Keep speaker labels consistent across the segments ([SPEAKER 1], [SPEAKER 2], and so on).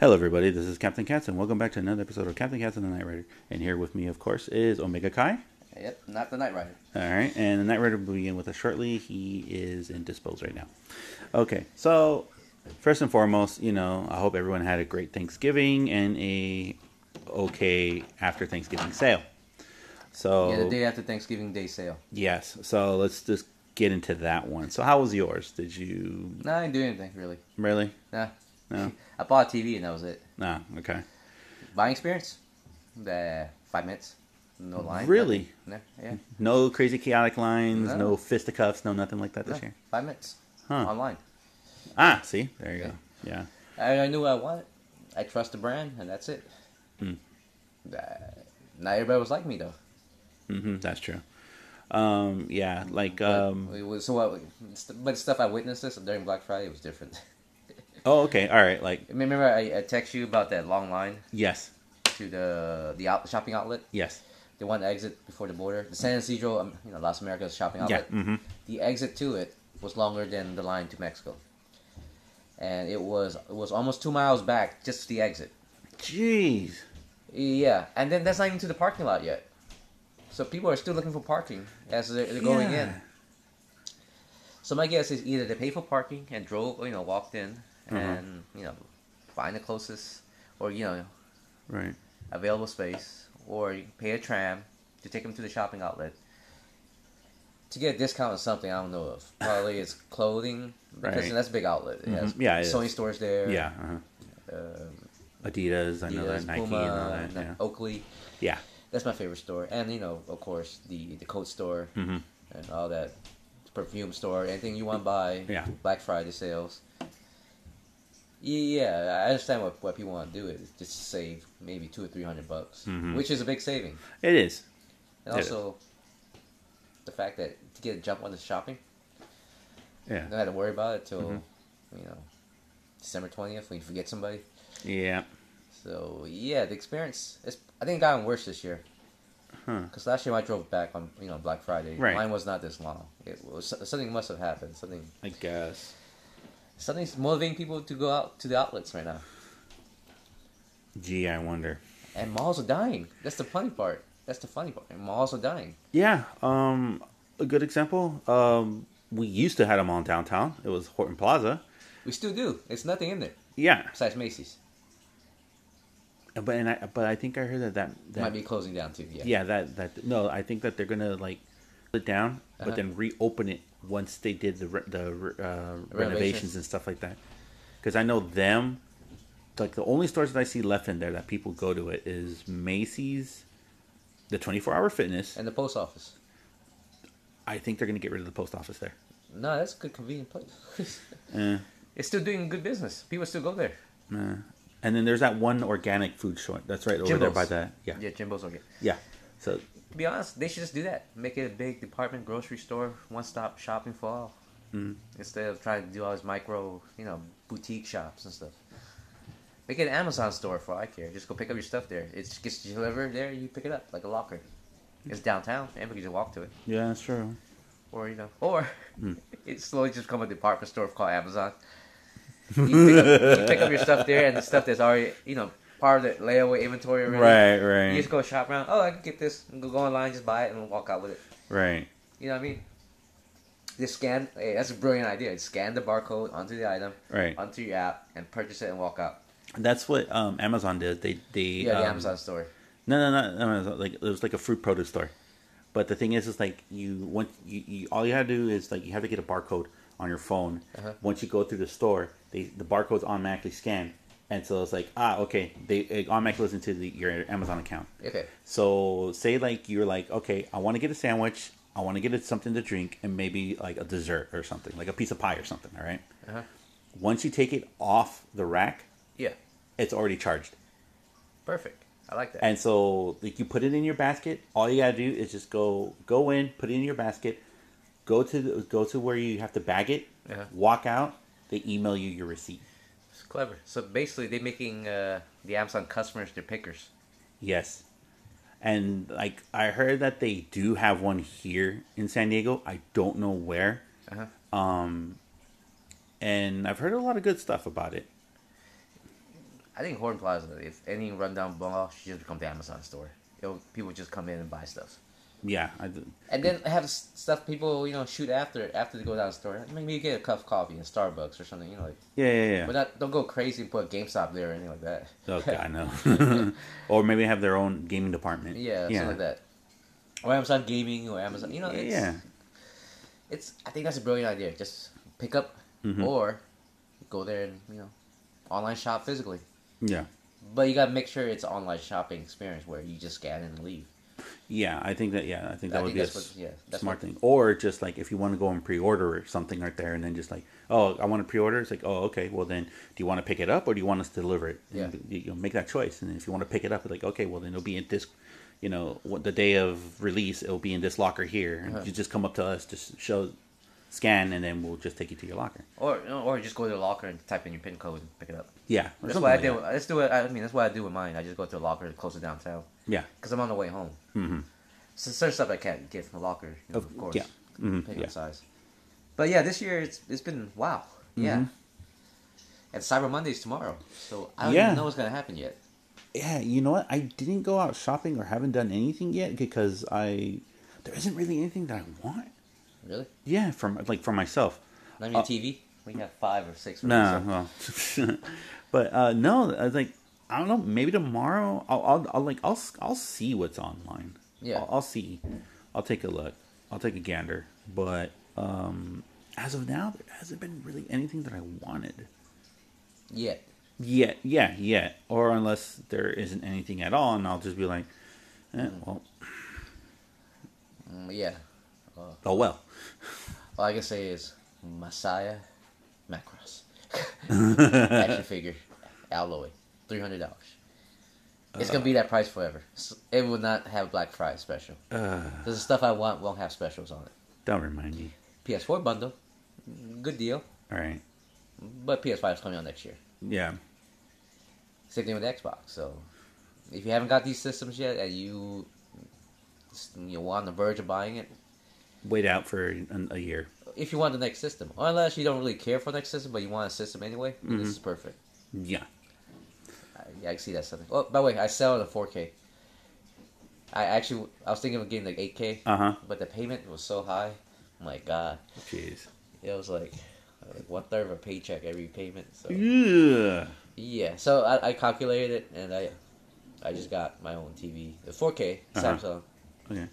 [SPEAKER 1] Hello, everybody. This is Captain Katz, and welcome back to another episode of Captain Katz and the Night Rider. And here with me, of course, is Omega Kai.
[SPEAKER 2] Yep, not the Night Rider.
[SPEAKER 1] All right, and the Night Rider will begin with us shortly. He is in dispose right now. Okay, so first and foremost, you know, I hope everyone had a great Thanksgiving and a okay after Thanksgiving sale. So
[SPEAKER 2] Yeah, the day after Thanksgiving Day sale.
[SPEAKER 1] yes, so let's just get into that one. So how was yours? Did you
[SPEAKER 2] No, I didn't do anything really.
[SPEAKER 1] really?
[SPEAKER 2] Nah.
[SPEAKER 1] No.
[SPEAKER 2] I bought a TV and that was it.
[SPEAKER 1] No. Okay.
[SPEAKER 2] Buying experience? Uh, five minutes. No line.
[SPEAKER 1] Really? Hmm,
[SPEAKER 2] No, yeah.
[SPEAKER 1] No crazy chaotic lines. No,
[SPEAKER 2] No.
[SPEAKER 1] fisticuffs. No nothing like that
[SPEAKER 2] No,
[SPEAKER 1] this year.
[SPEAKER 2] five minutes.
[SPEAKER 1] Huh.
[SPEAKER 2] Online.
[SPEAKER 1] Ah, see, there you go.
[SPEAKER 2] Okay.
[SPEAKER 1] Yeah.
[SPEAKER 2] I, I knew what I wanted. I trust the brand and that's it.
[SPEAKER 1] Hmm.
[SPEAKER 2] Uh, not everybody was like me though.
[SPEAKER 1] hmm that's true. Um, yeah, like, um,
[SPEAKER 2] But it was, so what, but stuff I witnessed this during Black Friday was different.
[SPEAKER 1] oh, okay, all right, like,
[SPEAKER 2] Remember I, I text you about that long line
[SPEAKER 1] yes,
[SPEAKER 2] to the the out, shopping outlet?
[SPEAKER 1] yes,
[SPEAKER 2] the one exit before the border, the San Isidro, um, you know, Las Americas shopping
[SPEAKER 1] yeah,
[SPEAKER 2] outlet.
[SPEAKER 1] hmm
[SPEAKER 2] The exit to it was longer than the line to Mexico, and it was it was almost two miles back just to the exit.
[SPEAKER 1] Jeez,
[SPEAKER 2] Yeah, and then that's not even to the parking lot yet. So people are still looking for parking as they're, they're going
[SPEAKER 1] Yeah.
[SPEAKER 2] in. So my guess is either they pay for parking and drove, you know, walked in
[SPEAKER 1] Mm-hmm.
[SPEAKER 2] and you know, find the closest or you know
[SPEAKER 1] right,
[SPEAKER 2] available space, or you can pay a tram to take them to the shopping outlet to get a discount on something I don't know of. Probably it's clothing because
[SPEAKER 1] Right.
[SPEAKER 2] that's a big outlet. It has
[SPEAKER 1] Mhm. Yeah, it
[SPEAKER 2] Sony
[SPEAKER 1] is.
[SPEAKER 2] stores there.
[SPEAKER 1] yeah, uh-huh.
[SPEAKER 2] um,
[SPEAKER 1] Adidas, I know
[SPEAKER 2] Adidas,
[SPEAKER 1] that, Nike,
[SPEAKER 2] Puma,
[SPEAKER 1] and all that,
[SPEAKER 2] Na-
[SPEAKER 1] yeah,
[SPEAKER 2] Oakley.
[SPEAKER 1] yeah,
[SPEAKER 2] That's my favorite store, and you know, of course, the the coat store
[SPEAKER 1] hmm
[SPEAKER 2] and all that perfume store. Anything you want to buy.
[SPEAKER 1] Yeah.
[SPEAKER 2] Black Friday sales. Yeah, I understand what, what people want to do is just save maybe two or three hundred bucks,
[SPEAKER 1] Mhm.
[SPEAKER 2] which is a big saving.
[SPEAKER 1] it is,
[SPEAKER 2] And
[SPEAKER 1] Yeah.
[SPEAKER 2] also, the fact that to get a jump on the shopping,
[SPEAKER 1] yeah,
[SPEAKER 2] don't have to worry about it till
[SPEAKER 1] Mm-hmm.
[SPEAKER 2] you know December twentieth when you forget somebody.
[SPEAKER 1] yeah,
[SPEAKER 2] So yeah, the experience is I think it gotten worse this year
[SPEAKER 1] huh,
[SPEAKER 2] because last year when I drove back on you know Black Friday.
[SPEAKER 1] Right.
[SPEAKER 2] Mine was not this long. It was something must have happened. Something
[SPEAKER 1] I guess,
[SPEAKER 2] something's motivating people to go out to the outlets right now.
[SPEAKER 1] gee, I wonder,
[SPEAKER 2] And malls are dying. That's the funny part. That's the funny part. And malls are dying.
[SPEAKER 1] yeah, um, a good example, um, we used to have them on downtown, it was Horton Plaza,
[SPEAKER 2] We still do. It's nothing in there
[SPEAKER 1] yeah,
[SPEAKER 2] besides Macy's.
[SPEAKER 1] Uh, but and I, but I think I heard that that, that
[SPEAKER 2] Might be closing down too. Yeah.
[SPEAKER 1] Yeah, that that no, I think that they're gonna like put it down, but
[SPEAKER 2] Uh-huh.
[SPEAKER 1] then reopen it once they did the re- the re- uh, renovations
[SPEAKER 2] Renovations.
[SPEAKER 1] and stuff like that. Because I know them, like the only stores that I see left in there that people go to it is Macy's, the twenty four hour fitness.
[SPEAKER 2] And the post office.
[SPEAKER 1] I think they're gonna get rid of the post office there.
[SPEAKER 2] No, that's a good convenient place.
[SPEAKER 1] Eh,
[SPEAKER 2] it's still doing good business. People still go there.
[SPEAKER 1] nah. And then there's that one organic food joint that's right over there by
[SPEAKER 2] Jimbo's.
[SPEAKER 1] that. Yeah, yeah.
[SPEAKER 2] Yeah, Jimbo's okay.
[SPEAKER 1] So
[SPEAKER 2] To be honest, they should just do that. Make it a big department grocery store, one stop shopping for all.
[SPEAKER 1] Mm.
[SPEAKER 2] Instead of trying to do all these micro, you know, boutique shops and stuff. Make it an Amazon store for all I care. Just go pick up your stuff there. It gets delivered there, you pick it up like a locker. It's downtown, and we can just walk to it.
[SPEAKER 1] yeah, that's true.
[SPEAKER 2] Or, you know, or
[SPEAKER 1] Hmm.
[SPEAKER 2] it slowly just become a department store called Amazon. You pick, up, you pick up your stuff there and the stuff that's already, you know, part of the layaway inventory already.
[SPEAKER 1] Right,
[SPEAKER 2] You
[SPEAKER 1] right,
[SPEAKER 2] just go shop around. Oh, I can get this. And go, go online, just buy it, and walk out with it.
[SPEAKER 1] right.
[SPEAKER 2] You know what I mean? Just scan. Hey, that's a brilliant idea. Scan the barcode onto the item,
[SPEAKER 1] Right.
[SPEAKER 2] onto your app, and purchase it and walk out.
[SPEAKER 1] That's what um, Amazon did. They they
[SPEAKER 2] Yeah, the
[SPEAKER 1] um,
[SPEAKER 2] Amazon store.
[SPEAKER 1] No, no, no, no, no. Like it was like a fruit produce store, but the thing is, is like you want you, you all you have to do is like you have to get a barcode on your phone.
[SPEAKER 2] Uh-huh.
[SPEAKER 1] Once you go through the store, they the barcode's automatically scanned, and so it's like ah okay, they it automatically goes into the, your Amazon account.
[SPEAKER 2] Okay.
[SPEAKER 1] So say like you're like okay, I want to get a sandwich, I want to get it something to drink, and maybe like a dessert or something, like a piece of pie or something. All right.
[SPEAKER 2] Uh-huh.
[SPEAKER 1] Once you take it off the rack,
[SPEAKER 2] Yeah.
[SPEAKER 1] it's already charged.
[SPEAKER 2] Perfect. I like that.
[SPEAKER 1] And so like you put it in your basket. All you gotta do is just go go in, put it in your basket, go to the, go to where you have to bag it,
[SPEAKER 2] Yeah.
[SPEAKER 1] walk out. They email you your receipt.
[SPEAKER 2] It's clever. So basically, they're making uh, the Amazon customers their pickers.
[SPEAKER 1] Yes, and like I heard that they do have one here in San Diego. I don't know where,
[SPEAKER 2] Uh-huh.
[SPEAKER 1] and I've heard a lot of good stuff about it.
[SPEAKER 2] I think Horn Plaza, if any rundown mall should just become the Amazon store. It'll, people just come in and buy stuff.
[SPEAKER 1] Yeah, I do.
[SPEAKER 2] And then have s- stuff people, you know, shoot after after they go down the store. Maybe get a cup of coffee in Starbucks or something, you know, like
[SPEAKER 1] Yeah, yeah,
[SPEAKER 2] but
[SPEAKER 1] yeah.
[SPEAKER 2] not don't go crazy and put GameStop there or anything like that.
[SPEAKER 1] Oh God, no. or maybe have their own gaming department.
[SPEAKER 2] Yeah,
[SPEAKER 1] yeah,
[SPEAKER 2] something like that. Or Amazon Gaming or Amazon, you know, it's,
[SPEAKER 1] yeah.
[SPEAKER 2] it's. I think that's a brilliant idea. Just pick up
[SPEAKER 1] Mm-hmm.
[SPEAKER 2] or go there and you know, online shop physically.
[SPEAKER 1] yeah.
[SPEAKER 2] But you gotta make sure it's an online shopping experience where you just scan and leave.
[SPEAKER 1] Yeah, I think that. Yeah, I think that
[SPEAKER 2] I
[SPEAKER 1] would
[SPEAKER 2] think
[SPEAKER 1] be a
[SPEAKER 2] that's
[SPEAKER 1] s-
[SPEAKER 2] what- yeah, that's
[SPEAKER 1] smart
[SPEAKER 2] what-
[SPEAKER 1] thing. Or just like if you want to go and pre-order something right there, and then just like, oh, I want to pre-order. It's like, oh, okay. Well, then, do you want to pick it up or do you want us to deliver it? And
[SPEAKER 2] Yeah.
[SPEAKER 1] you, you know, make that choice. And if you want to pick it up, it's like, okay, well, then it'll be in this, you know, what, the day of release, it'll be in this locker here, and you just come up to us, just show, scan, and then we'll just take you to your locker.
[SPEAKER 2] Or you know, or just go to the locker and type in your pin code and pick it up.
[SPEAKER 1] Yeah, or
[SPEAKER 2] That's
[SPEAKER 1] something
[SPEAKER 2] what I
[SPEAKER 1] like
[SPEAKER 2] did.
[SPEAKER 1] that.
[SPEAKER 2] That's do it. I mean, that's what I do with mine. I just go to the locker closer downtown
[SPEAKER 1] Yeah,
[SPEAKER 2] because I'm on the way home. Mm-hmm. So certain stuff I can't get from the locker, you know,
[SPEAKER 1] Of-
[SPEAKER 2] of course.
[SPEAKER 1] yeah. Mhm,
[SPEAKER 2] Depending on
[SPEAKER 1] yeah.
[SPEAKER 2] size. But yeah, this year it's it's been wow.
[SPEAKER 1] Mm-hmm.
[SPEAKER 2] Yeah. And Cyber Monday's tomorrow, so I don't
[SPEAKER 1] Yeah.
[SPEAKER 2] even know what's gonna happen yet.
[SPEAKER 1] yeah. You know what? I didn't go out shopping or haven't done anything yet because I there isn't really anything that I want.
[SPEAKER 2] Really?
[SPEAKER 1] Yeah, from like for myself.
[SPEAKER 2] Not
[SPEAKER 1] Uh,
[SPEAKER 2] even TV. We can have five or six. or
[SPEAKER 1] No,
[SPEAKER 2] something.
[SPEAKER 1] well, but uh, no, I was like I don't know. Maybe tomorrow I'll, I'll, I'll like I'll s- I'll see what's online.
[SPEAKER 2] Yeah.
[SPEAKER 1] I'll, I'll see. I'll take a look. I'll take a gander. But um, as of now, there hasn't been really anything that I wanted
[SPEAKER 2] Yeah.
[SPEAKER 1] yet. Yeah, yet, or unless there isn't anything at all, and I'll just be like, eh, well,
[SPEAKER 2] Mm, yeah.
[SPEAKER 1] oh well.
[SPEAKER 2] All I can say is Messiah Macross action figure alloy, three hundred dollars. It's gonna be that price forever. S- It will not have Black Friday special. the stuff I want won't have specials on it.
[SPEAKER 1] Uh, Don't remind me.
[SPEAKER 2] PS4 bundle, good deal,
[SPEAKER 1] All right.
[SPEAKER 2] but PS5 is coming out next year.
[SPEAKER 1] Yeah.
[SPEAKER 2] Same thing with Xbox. So if you haven't got these systems yet and you you are on the verge of buying it,
[SPEAKER 1] Wait out for an, a year.
[SPEAKER 2] if you want the next system, or unless you don't really care for the next system but you want a system anyway, this is perfect.
[SPEAKER 1] Yeah.
[SPEAKER 2] I- Yeah, I can see that something. Oh, by the way, I sell it in 4K. I actually, I was thinking of getting like 8K,
[SPEAKER 1] Uh-huh.
[SPEAKER 2] but the payment was so high. My God,
[SPEAKER 1] Jeez.
[SPEAKER 2] it was like, like one third of a paycheck every payment. So
[SPEAKER 1] Yeah.
[SPEAKER 2] yeah, so I, I calculated it, and I, I just got my own TV, the 4K
[SPEAKER 1] Uh-huh.
[SPEAKER 2] Samsung.
[SPEAKER 1] Okay.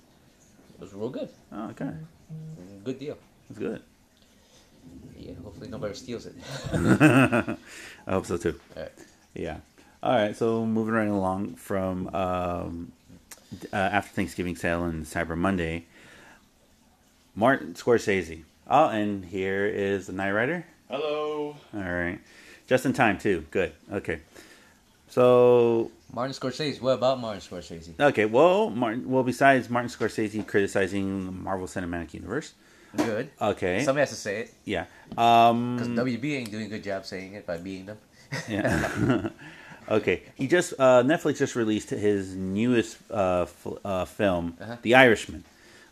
[SPEAKER 2] It was real good,
[SPEAKER 1] Oh, okay.
[SPEAKER 2] good deal.
[SPEAKER 1] That's good.
[SPEAKER 2] Yeah, hopefully nobody steals it.
[SPEAKER 1] I hope so too.
[SPEAKER 2] Alright.
[SPEAKER 1] Yeah. All right. So moving right along from um, d- uh, after Thanksgiving sale and Cyber Monday, Martin Scorsese. Oh, and here is the Night Rider.
[SPEAKER 3] Hello.
[SPEAKER 1] All right, just in time too. Good. Okay. So
[SPEAKER 2] Martin Scorsese. What about Martin Scorsese?
[SPEAKER 1] okay. Well, Martin. Well, besides Martin Scorsese criticizing the Marvel Cinematic Universe.
[SPEAKER 2] Good.
[SPEAKER 1] Okay.
[SPEAKER 2] Somebody has to say it
[SPEAKER 1] yeah. Um.
[SPEAKER 2] because WB ain't doing a good job saying it by beating them.
[SPEAKER 1] Yeah. okay. He just uh, Netflix just released his newest uh, f- uh, film,
[SPEAKER 2] Uh-huh.
[SPEAKER 1] The Irishman,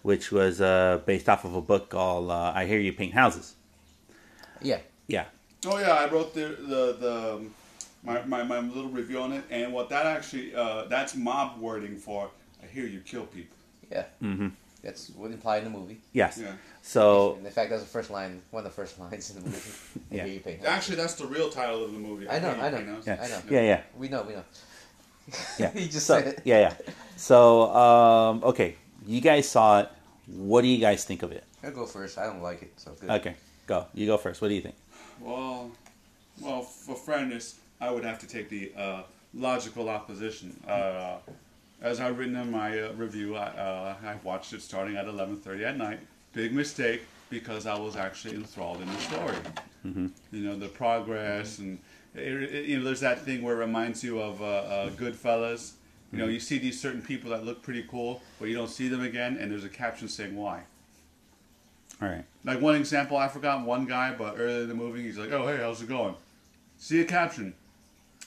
[SPEAKER 1] which was uh, based off of a book called uh, "I Hear You Paint Houses."
[SPEAKER 2] Yeah.
[SPEAKER 1] Yeah.
[SPEAKER 3] Oh yeah, I wrote the the, the um, my, my my little review on it, and what that actually uh, that's mob wording for. I hear you kill people.
[SPEAKER 2] Yeah. Mm-hmm. That's what implied in the movie.
[SPEAKER 1] Yes.
[SPEAKER 3] Yeah.
[SPEAKER 1] So
[SPEAKER 2] And in fact, that's the first line, one of the first lines in the movie. I
[SPEAKER 1] Yeah.
[SPEAKER 2] hear you paying
[SPEAKER 3] Actually, that's the real title of the movie.
[SPEAKER 2] I know,
[SPEAKER 3] hear you
[SPEAKER 2] I know.
[SPEAKER 3] paint houses.
[SPEAKER 1] yeah,
[SPEAKER 2] I know.
[SPEAKER 1] yeah, yeah,
[SPEAKER 2] We know, we know.
[SPEAKER 1] yeah.
[SPEAKER 2] he just
[SPEAKER 1] so,
[SPEAKER 2] said it.
[SPEAKER 1] Yeah, yeah. So, um, okay, you guys saw it. What do you guys think of it?
[SPEAKER 2] I'll go first. I don't like it, so good.
[SPEAKER 1] Okay, go. You go first. What do you think?
[SPEAKER 3] Well, well, for fairness, I would have to take the uh, logical opposition. Uh, as I've written in my uh, review, I, uh, I watched it starting at 11:30 at night. Big mistake because I was actually enthralled in the story. You know the progress and it, it- you know there's that thing where it reminds you of uh, uh, Goodfellas. You know you see these certain people that look pretty cool, but you don't see them again, and there's a caption saying why.
[SPEAKER 1] All right.
[SPEAKER 3] Like one example, I forgot one guy, but earlier in the movie, he's like, "Oh hey, how's it going?" See a caption.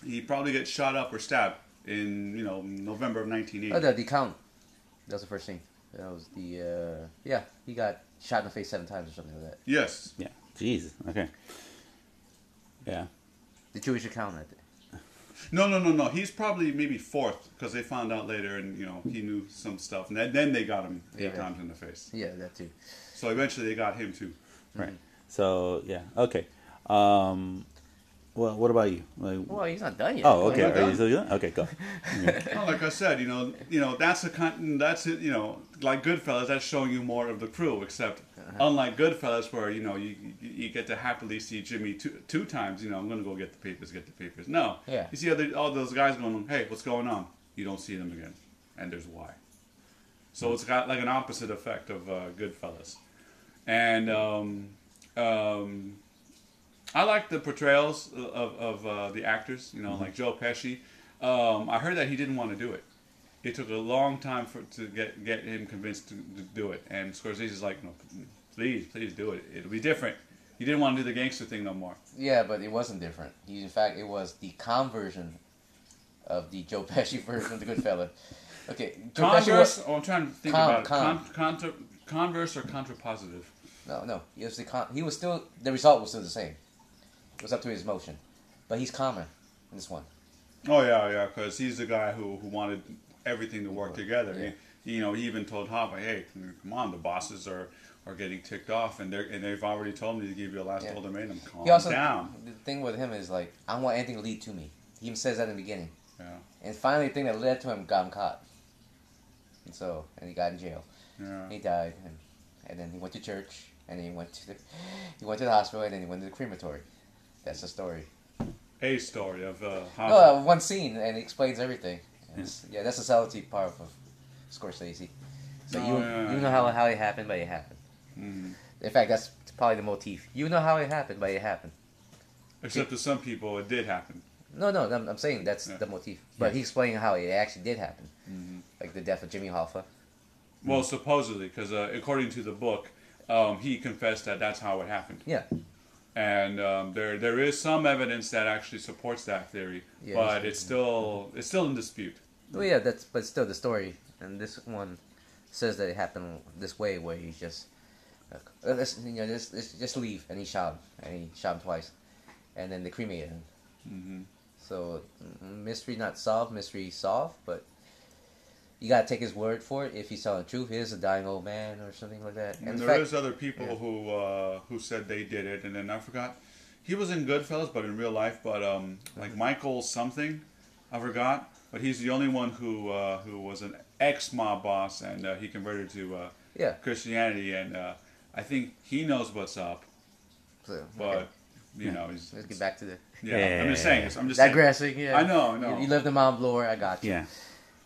[SPEAKER 3] He probably gets shot up or stabbed in you know November of
[SPEAKER 2] Oh,
[SPEAKER 3] 1980.
[SPEAKER 2] the, the count. That was the first thing. That was the, uh, yeah, he got shot in the face seven times or something like that.
[SPEAKER 3] Yes.
[SPEAKER 1] Yeah. Jesus. Okay. Yeah.
[SPEAKER 2] The Jewish accountant.
[SPEAKER 3] No, no, no, no. He's probably maybe fourth because they found out later, and you know he knew some stuff, and then- then they got him eight
[SPEAKER 2] Yeah.
[SPEAKER 3] times in the face.
[SPEAKER 2] Yeah, that too.
[SPEAKER 3] So eventually they got him too.
[SPEAKER 1] Right. So yeah. Okay. Um. Well, what about you? Like,
[SPEAKER 2] Well, he's not done yet.
[SPEAKER 1] oh, okay.
[SPEAKER 3] we're
[SPEAKER 1] Are you
[SPEAKER 3] done.
[SPEAKER 1] still doing? Okay, go.
[SPEAKER 3] Well, like I said, you know, you know that's a con- that's it. You know, like Goodfellas, that's showing you more of the crew. Except unlike Goodfellas, where you know you you you get to happily see Jimmy two two times. You know, I'm gonna go get the papers, get the papers. No,
[SPEAKER 2] Yeah.
[SPEAKER 3] You see other, all those guys going, hey, what's going on? You don't see them again, and there's why. So it's got like an opposite effect of uh, Goodfellas, and um, um, I like the portrayals of, of uh, the actors. You know,
[SPEAKER 2] Mm-hmm.
[SPEAKER 3] like Joe Pesci. Um, I heard that he didn't want to do it. It took a long time for to get get him convinced to, to do it, and Scorsese's like, no, please, please do it. It'll be different. He didn't want to do the gangster thing no more.
[SPEAKER 2] Yeah, but it wasn't different. He, in fact, it was the con version of the Joe Pesci version of the Goodfella. Okay, Joe Pesci was
[SPEAKER 3] Converse. Oh, I'm trying to think
[SPEAKER 2] Con-
[SPEAKER 3] about it.
[SPEAKER 2] con.
[SPEAKER 3] Con, contra, converse or contrapositive.
[SPEAKER 2] no, no. It was the con- he was still the result was still the same. It was up to his motion, but he's calmer in this one.
[SPEAKER 3] Oh yeah, yeah, because he's the guy who, who wanted everything to work together.
[SPEAKER 2] Yeah.
[SPEAKER 3] He, you know, he even told Hava, "Hey, come on, the bosses are, are getting ticked off, and they and they've already told me to give you a last
[SPEAKER 2] Yeah.
[SPEAKER 3] ultimatum. Calm
[SPEAKER 2] He also
[SPEAKER 3] down."
[SPEAKER 2] the thing with him is like I want anything to lead to me. He even says that in the beginning,
[SPEAKER 3] Yeah,
[SPEAKER 2] and finally the thing that led to him got him caught, and so and he got in jail.
[SPEAKER 3] yeah.
[SPEAKER 2] He died, and, and then he went to church, and then he went to the, he went to the hospital, and then he went to the crematory. That's the story.
[SPEAKER 3] A story of uh,
[SPEAKER 2] No,
[SPEAKER 3] Hava.
[SPEAKER 2] uh, one scene, and it explains everything. And it's- yeah, that's the subtlety part of Scorsese. So
[SPEAKER 3] Oh,
[SPEAKER 2] you
[SPEAKER 3] yeah,
[SPEAKER 2] you
[SPEAKER 3] yeah.
[SPEAKER 2] know how how it happened, but it happened.
[SPEAKER 3] Mhm.
[SPEAKER 2] In fact, that's probably the motif. You know how it happened, but it happened.
[SPEAKER 3] Except to some people, it did happen.
[SPEAKER 2] No, no, I'm, I'm saying that's
[SPEAKER 3] Yeah.
[SPEAKER 2] the motif. But he explained how it actually did happen,
[SPEAKER 3] Mhm.
[SPEAKER 2] like the death of Jimmy Hoffa. Mm.
[SPEAKER 3] Well, supposedly, because uh, according to the book, um, he confessed that that's how it happened,
[SPEAKER 2] Yeah,
[SPEAKER 3] and um, there there is some evidence that actually supports that theory,
[SPEAKER 2] Yeah,
[SPEAKER 3] but
[SPEAKER 2] it's-
[SPEAKER 3] it's still it's still in dispute.
[SPEAKER 2] well, yeah, that's but still the story. And this one says that it happened this way, where he just like, "Uh, let's you know just let's just leave, and he shot him, and he shot him twice, and then they cremated him.
[SPEAKER 3] Mm-hmm.
[SPEAKER 2] So mm, mystery not solved, mystery solved, but you gotta take his word for it. If he's telling the truth, he is a dying old man or something like that.
[SPEAKER 3] And
[SPEAKER 2] in
[SPEAKER 3] there
[SPEAKER 2] fact-
[SPEAKER 3] is other people
[SPEAKER 2] yeah.
[SPEAKER 3] who uh, who said they did it, and then I forgot. He was in Goodfellas, but in real life, but um, like Michael something, I forgot. But he's the only one who uh, who was an ex mob boss, and uh, he converted to uh,
[SPEAKER 2] yeah,
[SPEAKER 3] Christianity, and uh, I think he knows what's up.
[SPEAKER 2] so, okay.
[SPEAKER 3] But you know, he's,
[SPEAKER 2] let's get back to the
[SPEAKER 3] yeah, I'm just saying. I'm just saying.
[SPEAKER 2] digressing. Yeah,
[SPEAKER 3] I know, I know.
[SPEAKER 2] You, you lived in Mount Bloor. I got you.
[SPEAKER 1] Yeah.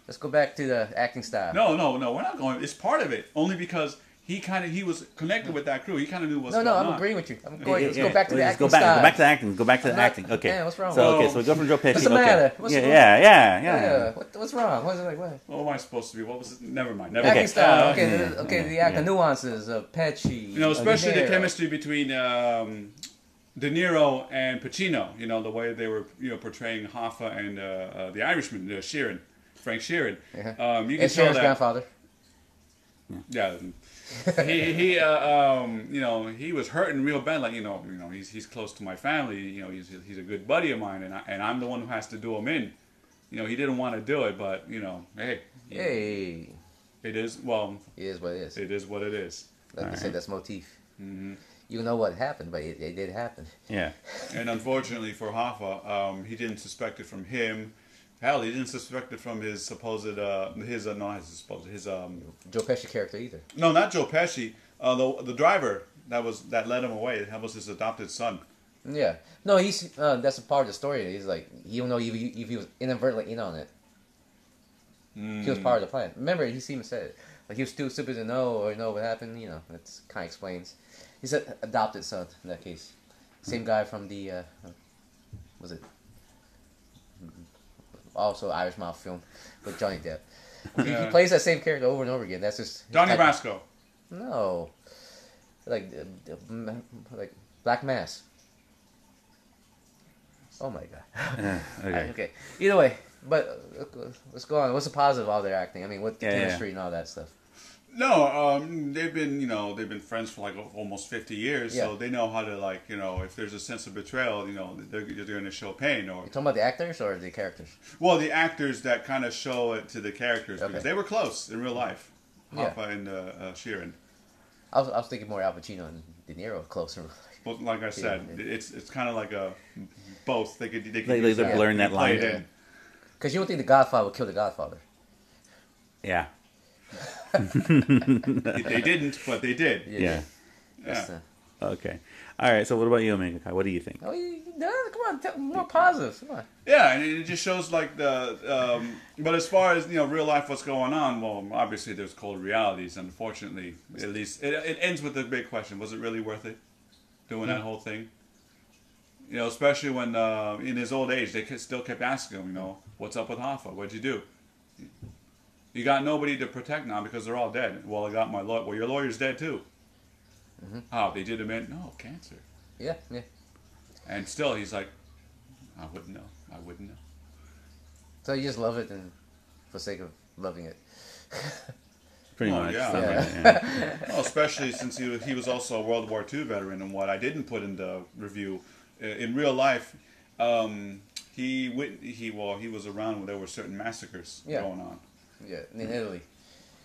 [SPEAKER 2] Let's go back to the acting style.
[SPEAKER 3] No, no, no. We're not going. It's part of it, only because he kind of he was connected with that crew. He kind of knew what's
[SPEAKER 2] no,
[SPEAKER 3] going
[SPEAKER 2] no,
[SPEAKER 3] on.
[SPEAKER 2] I'm agreeing with you. I'm going.
[SPEAKER 1] Yeah,
[SPEAKER 2] let's
[SPEAKER 1] yeah.
[SPEAKER 2] go back to the
[SPEAKER 1] Let's
[SPEAKER 2] acting
[SPEAKER 1] go back,
[SPEAKER 2] style.
[SPEAKER 1] Go back to the acting. Go back to the
[SPEAKER 2] I'm not-
[SPEAKER 1] acting. Okay.
[SPEAKER 2] Yeah, what's wrong
[SPEAKER 1] So
[SPEAKER 3] with
[SPEAKER 1] okay,
[SPEAKER 3] it?
[SPEAKER 1] so we go from Joe Pesci.
[SPEAKER 2] What's the
[SPEAKER 1] okay.
[SPEAKER 2] matter? What's
[SPEAKER 1] yeah,
[SPEAKER 2] wrong?
[SPEAKER 1] yeah, yeah, yeah,
[SPEAKER 2] yeah. What, what's wrong? What's like what?
[SPEAKER 3] What am I supposed to be? What was it? Never mind. Never
[SPEAKER 2] Acting
[SPEAKER 3] mind.
[SPEAKER 2] style.
[SPEAKER 3] Uh,
[SPEAKER 2] Okay,
[SPEAKER 1] yeah,
[SPEAKER 2] the, okay.
[SPEAKER 1] yeah,
[SPEAKER 2] the act,
[SPEAKER 1] yeah.
[SPEAKER 2] the nuances of Pesci.
[SPEAKER 3] You know, especially the
[SPEAKER 2] Niro.
[SPEAKER 3] chemistry between um, De Niro and Pacino. You know, the way they were, you know, portraying Hoffa and uh, uh, the Irishman, uh, Sheeran, Frank Sheeran.
[SPEAKER 2] Yeah.
[SPEAKER 3] Um, you can
[SPEAKER 2] And
[SPEAKER 3] tell
[SPEAKER 2] Sharon's
[SPEAKER 3] that.
[SPEAKER 2] grandfather.
[SPEAKER 3] Yeah. he, he uh, um, you know, he was hurting real bad. Like, you know, you know, he's, he's close to my family. You know, he's, he's a good buddy of mine, and I, and I'm the one who has to do him in. You know, he didn't want to do it, but you know, hey,
[SPEAKER 2] Hey,
[SPEAKER 3] it is well,
[SPEAKER 2] it is what it is.
[SPEAKER 3] it is what it is.
[SPEAKER 2] Like I said, that's motif.
[SPEAKER 3] Mm-hmm.
[SPEAKER 2] You know what happened, but it, it did happen.
[SPEAKER 1] yeah.
[SPEAKER 3] And unfortunately for Hoffa, um, he didn't suspect it from him. Hell, he didn't suspect it from his supposed uh, his uh, not his supposed his um
[SPEAKER 2] Joe Pesci character either.
[SPEAKER 3] no not Joe Pesci uh, the the driver that was that led him away that was his adopted son.
[SPEAKER 2] Yeah. No, he's uh, that's a part of the story. He's like he don't know if he, if he was inadvertently in on it. He was part of the plan. Remember, he even said it. Like he was too stupid to know or know what happened. You know, that kind of explains. He's an adopted son in that case. Same guy from the uh, was it Mm-hmm. also Irish Mouth film with Johnny Depp. He, he
[SPEAKER 3] Yeah.
[SPEAKER 2] plays that same character over and over again. That's just his
[SPEAKER 3] Donnie
[SPEAKER 2] type-
[SPEAKER 3] Brasco.
[SPEAKER 2] No, like uh, uh, m- like Black Mass. Oh my god.
[SPEAKER 1] Yeah,
[SPEAKER 2] Okay.
[SPEAKER 1] okay.
[SPEAKER 2] Either uh, way, but uh, let's go on. What's the positive of all their acting? I mean, what the
[SPEAKER 1] Yeah, yeah.
[SPEAKER 2] chemistry and all that stuff.
[SPEAKER 3] No, um, they've been you know they've been friends for like almost fifty years, so
[SPEAKER 2] Yeah.
[SPEAKER 3] they know how to like you know if there's a sense of betrayal, you know they're, they're going to show pain or
[SPEAKER 2] You talking about the actors or the characters?
[SPEAKER 3] well the actors that kind of show it to the characters because
[SPEAKER 2] Okay.
[SPEAKER 3] they were close in real life,
[SPEAKER 2] Yeah.
[SPEAKER 3] Hoffa and uh, uh, Sheeran.
[SPEAKER 2] I was, I was thinking more Al Pacino and De Niro closer.
[SPEAKER 3] But like I said,
[SPEAKER 2] Yeah.
[SPEAKER 3] it's it's kind of like a both. They could they could
[SPEAKER 1] Like, like
[SPEAKER 3] use
[SPEAKER 1] they're
[SPEAKER 3] that.
[SPEAKER 1] blurring that
[SPEAKER 3] Play
[SPEAKER 1] line.
[SPEAKER 3] it in.
[SPEAKER 2] Because you don't think the Godfather would kill the Godfather.
[SPEAKER 1] Yeah.
[SPEAKER 3] they didn't, but they did.
[SPEAKER 1] Yeah.
[SPEAKER 2] That's
[SPEAKER 3] Yeah.
[SPEAKER 2] the-
[SPEAKER 1] Okay. All right. So what about you, Omega Kai? What do you think?
[SPEAKER 2] oh, you, no, come on, tell, more positive. Come on.
[SPEAKER 3] Yeah, and it just shows like the. Um, but as far as you know, real life, what's going on? Well, obviously, there's cold realities. Unfortunately, at least it, it ends with the big question: Was it really worth it doing that whole thing? You know, especially when uh, in his old age, they ca- still kept asking him, you know, what's up with Hoffa? What'd you do? You got nobody to protect now because they're all dead. Well, I got my lawyer. Well, your lawyer's dead too. How they did him in? No, cancer.
[SPEAKER 2] Yeah, yeah.
[SPEAKER 3] And still, he's like, I wouldn't know. I wouldn't know.
[SPEAKER 2] So you just love it and for sake of loving it.
[SPEAKER 1] Pretty
[SPEAKER 3] Oh,
[SPEAKER 1] much.
[SPEAKER 3] yeah.
[SPEAKER 1] something like
[SPEAKER 2] Yeah.
[SPEAKER 1] that, yeah.
[SPEAKER 3] Well, especially since he, he was also a World War II veteran, and what I didn't put in the review, uh, in real life, um, he went, he well he was around when there were certain massacres
[SPEAKER 2] Yeah.
[SPEAKER 3] going on.
[SPEAKER 2] Yeah, in Italy.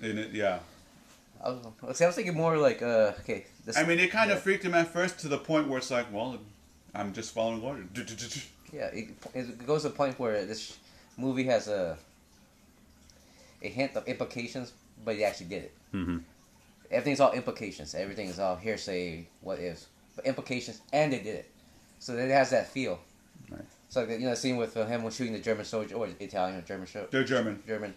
[SPEAKER 3] In it, yeah,
[SPEAKER 2] I was, let's see, I was thinking more like, uh, okay. This,
[SPEAKER 3] I mean it kind
[SPEAKER 2] yeah.
[SPEAKER 3] of freaked him at first to the point where it's like, well, I'm just following order.
[SPEAKER 2] Yeah, it, it goes to the point where this movie has a a hint of implications, but he actually did it.
[SPEAKER 1] Mhm.
[SPEAKER 2] Everything's all implications. Everything is all hearsay, what ifs, but implications, and they did it. So it has that feel.
[SPEAKER 1] Right.
[SPEAKER 2] So you know, the scene with uh, him when shooting the German soldier or Italian or German soldier.
[SPEAKER 3] They're German.
[SPEAKER 2] German.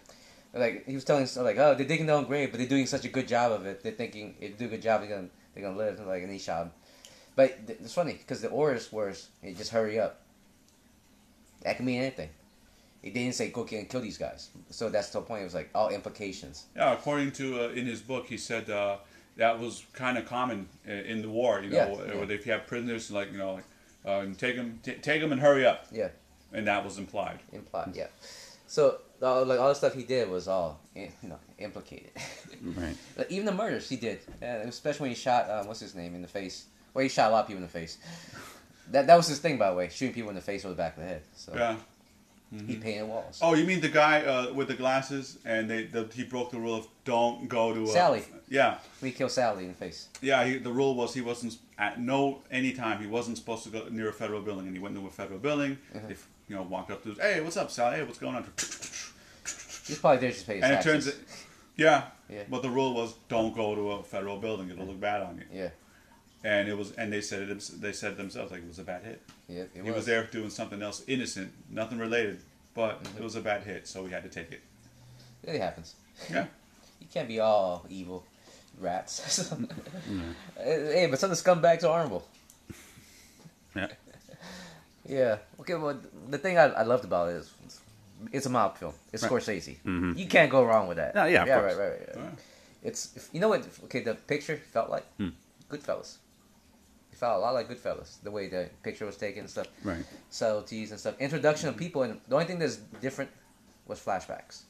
[SPEAKER 2] Like he was telling us, like, oh, they're digging their own grave, but they're doing such a good job of it. They're thinking if they do a good job, they're gonna they're gonna live. Like and he shot him. But th- it's funny because the orders were hey, just hurry up. That can mean anything. It didn't say go get and kill these guys. So that's the point. It was like all implications.
[SPEAKER 3] Yeah, according to uh, in his book, he said uh, that was kind of common i- in the war. You know,
[SPEAKER 2] Yeah, yeah.
[SPEAKER 3] where if you have prisoners, like you know, like um, take them, t- take them, and hurry up,
[SPEAKER 2] Yeah,
[SPEAKER 3] and that was implied.
[SPEAKER 2] implied. Yeah. So uh, like all the stuff he did was all eh, you know implicated.
[SPEAKER 1] Right.
[SPEAKER 2] Like, Even the murders he did, uh, especially when he shot um, what's his name in the face. Well, he shot a lot of people in the face. That that was his thing, by the way, shooting people in the face or the back of the head. So
[SPEAKER 3] Yeah.
[SPEAKER 2] he painted walls.
[SPEAKER 3] Oh, you mean the guy uh, with the glasses, and they the, he broke the rule of don't go to a,
[SPEAKER 2] Sally.
[SPEAKER 3] Yeah,
[SPEAKER 2] We killed Sally in the face.
[SPEAKER 3] yeah. He, the rule was he wasn't at no any time he wasn't supposed to go near a federal building, and he went to a federal building.
[SPEAKER 2] Uh-huh.
[SPEAKER 3] If you know, walked up to, hey, what's up, Sally? Hey, what's going on?
[SPEAKER 2] He's probably there just to pay his
[SPEAKER 3] And it
[SPEAKER 2] taxes.
[SPEAKER 3] turns, it, yeah.
[SPEAKER 2] Yeah.
[SPEAKER 3] But the rule was don't go to a federal building; it'll look bad on you.
[SPEAKER 2] yeah,
[SPEAKER 3] And it was, and they said it, they said it themselves like it was a bad hit.
[SPEAKER 2] yeah, it
[SPEAKER 3] he was. there doing something else, innocent, nothing related, but
[SPEAKER 2] Mm-hmm.
[SPEAKER 3] it was a bad hit, so we had to take it.
[SPEAKER 2] It happens.
[SPEAKER 3] Yeah.
[SPEAKER 2] You can't be all evil, rats. Uh, Hey, but some of the scumbags are honorable.
[SPEAKER 1] Yeah.
[SPEAKER 2] Yeah. Okay. Well, the thing I, I loved about it is it's a mob film. It's
[SPEAKER 1] Right. Mm-hmm.
[SPEAKER 2] Scorsese. You can't go wrong with that.
[SPEAKER 1] No, yeah, of
[SPEAKER 2] Yeah.
[SPEAKER 1] course.
[SPEAKER 2] Right. Right. right.
[SPEAKER 3] All right.
[SPEAKER 2] It's if- you know what? Okay, the picture felt like
[SPEAKER 1] Hmm.
[SPEAKER 2] Goodfellas. It felt a lot like Goodfellas the way the picture was taken and stuff,
[SPEAKER 1] Right.
[SPEAKER 2] subtleties and stuff. Introduction of people and the only thing that's different was flashbacks.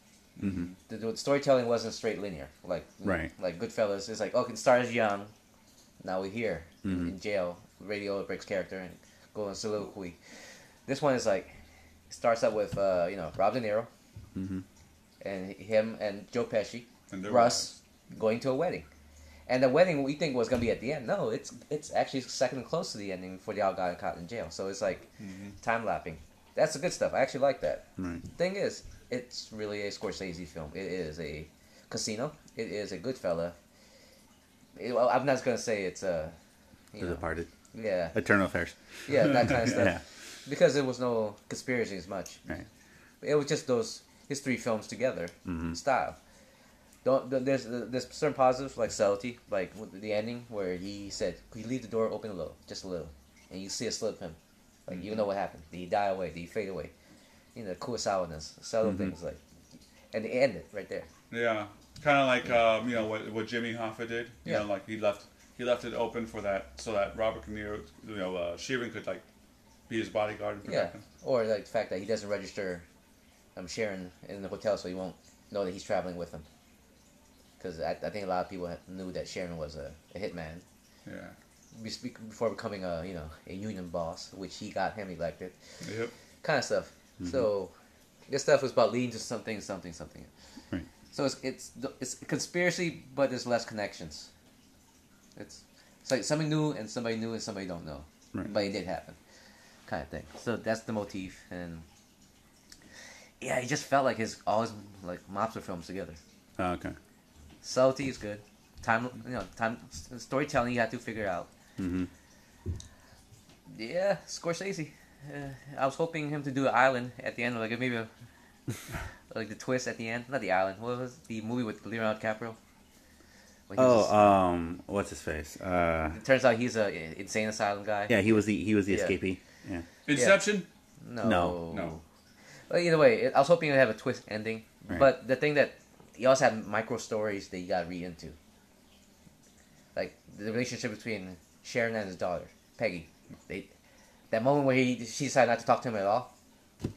[SPEAKER 2] The, the storytelling wasn't straight linear like
[SPEAKER 1] Right.
[SPEAKER 2] like Goodfellas. It's like oh, okay, it starts young, now we're here in, in jail. Radio breaks character and go on soliloquy. This one is like it starts out with uh, you know Rob De Niro,
[SPEAKER 1] Mm-hmm.
[SPEAKER 2] and him and Joe Pesci,
[SPEAKER 3] And their
[SPEAKER 2] Russ going to a wedding, and the wedding we think was gonna be at the end. No, it's it's actually second close to the ending before they all got caught in jail. So it's like time lapping. That's the good stuff. I actually like that.
[SPEAKER 1] Right.
[SPEAKER 2] Thing is, it's really a Scorsese film. It is a casino. It is a good fella. It- well, I'm not gonna say it's a, you
[SPEAKER 1] The
[SPEAKER 2] know,
[SPEAKER 1] Departed.
[SPEAKER 2] yeah,
[SPEAKER 1] Eternal Affairs.
[SPEAKER 2] yeah, that kind of stuff.
[SPEAKER 1] Yeah.
[SPEAKER 2] Because there was no conspiracy as much.
[SPEAKER 1] Right.
[SPEAKER 2] It was just those his three films together style. Don't th- there's uh, there's certain positives like subtlety, like with the ending where he said, "Could you leave the door open a little, just a little?" And you see a slip him, like you know what happened. Did he die away? Did he fade away? You know, Kurosawa-ness, subtle things like, and they end it right there.
[SPEAKER 3] Yeah, kind of like um, you know what what Jimmy Hoffa did. You
[SPEAKER 2] Yeah.
[SPEAKER 3] know, like he left he left it open for that so that Robert De Niro, you know, uh, Sheeran could like be his bodyguard and
[SPEAKER 2] Yeah,
[SPEAKER 3] protect him.
[SPEAKER 2] or like the fact that he doesn't register, um, Sharon in the hotel, so he won't know that he's traveling with him. 'Cause because I, I think a lot of people had- knew that Sharon was a, a hitman
[SPEAKER 3] Yeah.
[SPEAKER 2] Be- speak- before becoming a you know a union boss, which he got him elected,
[SPEAKER 3] Yep.
[SPEAKER 2] kind of stuff.
[SPEAKER 1] Mm-hmm.
[SPEAKER 2] So this stuff was about leading to something, something, something.
[SPEAKER 1] Right.
[SPEAKER 2] So it's it's it's a conspiracy, but there's less connections. It's it's like something new and somebody new and somebody don't know,
[SPEAKER 1] Right.
[SPEAKER 2] but it did happen, kind of thing. So that's the motif, and yeah, it just felt like his all his like mobster films together.
[SPEAKER 1] Oh, okay.
[SPEAKER 2] Subtlety is good. Time, you know, time storytelling you have to figure out.
[SPEAKER 1] Mm-hmm.
[SPEAKER 2] Yeah, Scorsese. Uh, I was hoping him to do an island at the end, like maybe a, like the twist at the end. Not the island. What was the movie with Leonardo DiCaprio? When he was-
[SPEAKER 1] Oh, um, what's his face? Uh,
[SPEAKER 2] it turns out he's a insane asylum guy.
[SPEAKER 1] yeah, he was the he was the
[SPEAKER 2] Yeah.
[SPEAKER 1] escapee. Yeah.
[SPEAKER 3] Inception.
[SPEAKER 2] No.
[SPEAKER 1] No.
[SPEAKER 3] No.
[SPEAKER 2] But either way, it, I was hoping it would have a twist ending.
[SPEAKER 1] Right.
[SPEAKER 2] But the thing that you also had micro stories that you got to read into, like the relationship between Sharon and his daughter Peggy. They that moment where he she decided not to talk to him at all.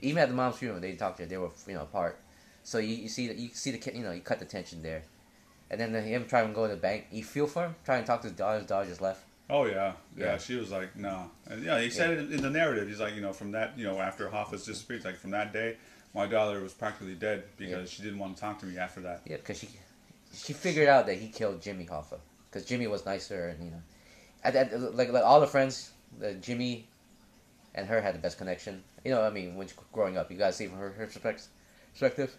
[SPEAKER 2] Even at the mom's funeral, they didn't talk to her. They were you know apart. So you, you see that you see the ki- you know you cut the tension there, and then him trying to go to the bank. You feel for him trying to talk to his daughter. His daughter just left.
[SPEAKER 3] Oh yeah. yeah,
[SPEAKER 2] Yeah.
[SPEAKER 3] She was like, no. And, yeah, he said it in the narrative. He's like, you know, from that, you know, after Hoffa's disappearance, like from that day, my daughter was practically dead because she didn't want to talk to me after that.
[SPEAKER 2] Yeah, because she she figured out that he killed Jimmy Hoffa because Jimmy was nicer and you know, at, at, like like all the friends, uh, Jimmy and her had the best connection. You know, I mean, when she, growing up, you gotta see from her, her perspec- perspective.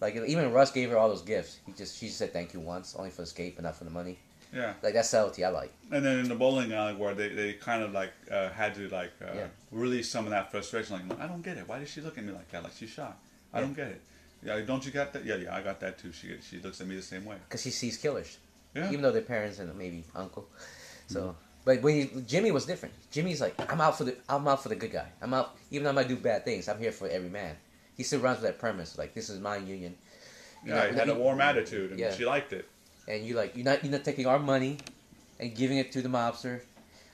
[SPEAKER 2] Like even Russ gave her all those gifts. He just she said thank you once, only for the escape and not for the money.
[SPEAKER 3] Yeah.
[SPEAKER 2] Like that's subtlety I like.
[SPEAKER 3] And then in the bowling alley where they, they kind of like uh, had to like uh,
[SPEAKER 2] Yeah.
[SPEAKER 3] release some of that frustration. Like, I don't get it. Why did she look at me like that? Like she's shocked. I
[SPEAKER 2] Yeah.
[SPEAKER 3] don't get it. Yeah, don't you got that? Yeah, yeah, I got that too. She she looks at me the same way.
[SPEAKER 2] because she sees killers,
[SPEAKER 3] Yeah. Mm-hmm.
[SPEAKER 2] even though their parents and maybe uncle. So, but when he, Jimmy was different. Jimmy's like, I'm out for the, I'm out for the good guy. I'm out, even though I might do bad things. I'm here for every man. He still runs with that premise, like this is my union,
[SPEAKER 3] Yeah,
[SPEAKER 2] know,
[SPEAKER 3] I had a
[SPEAKER 2] he-
[SPEAKER 3] warm attitude, and
[SPEAKER 2] yeah.
[SPEAKER 3] she liked it.
[SPEAKER 2] and you like, you're not, you're not taking our money, and giving it to the mobster.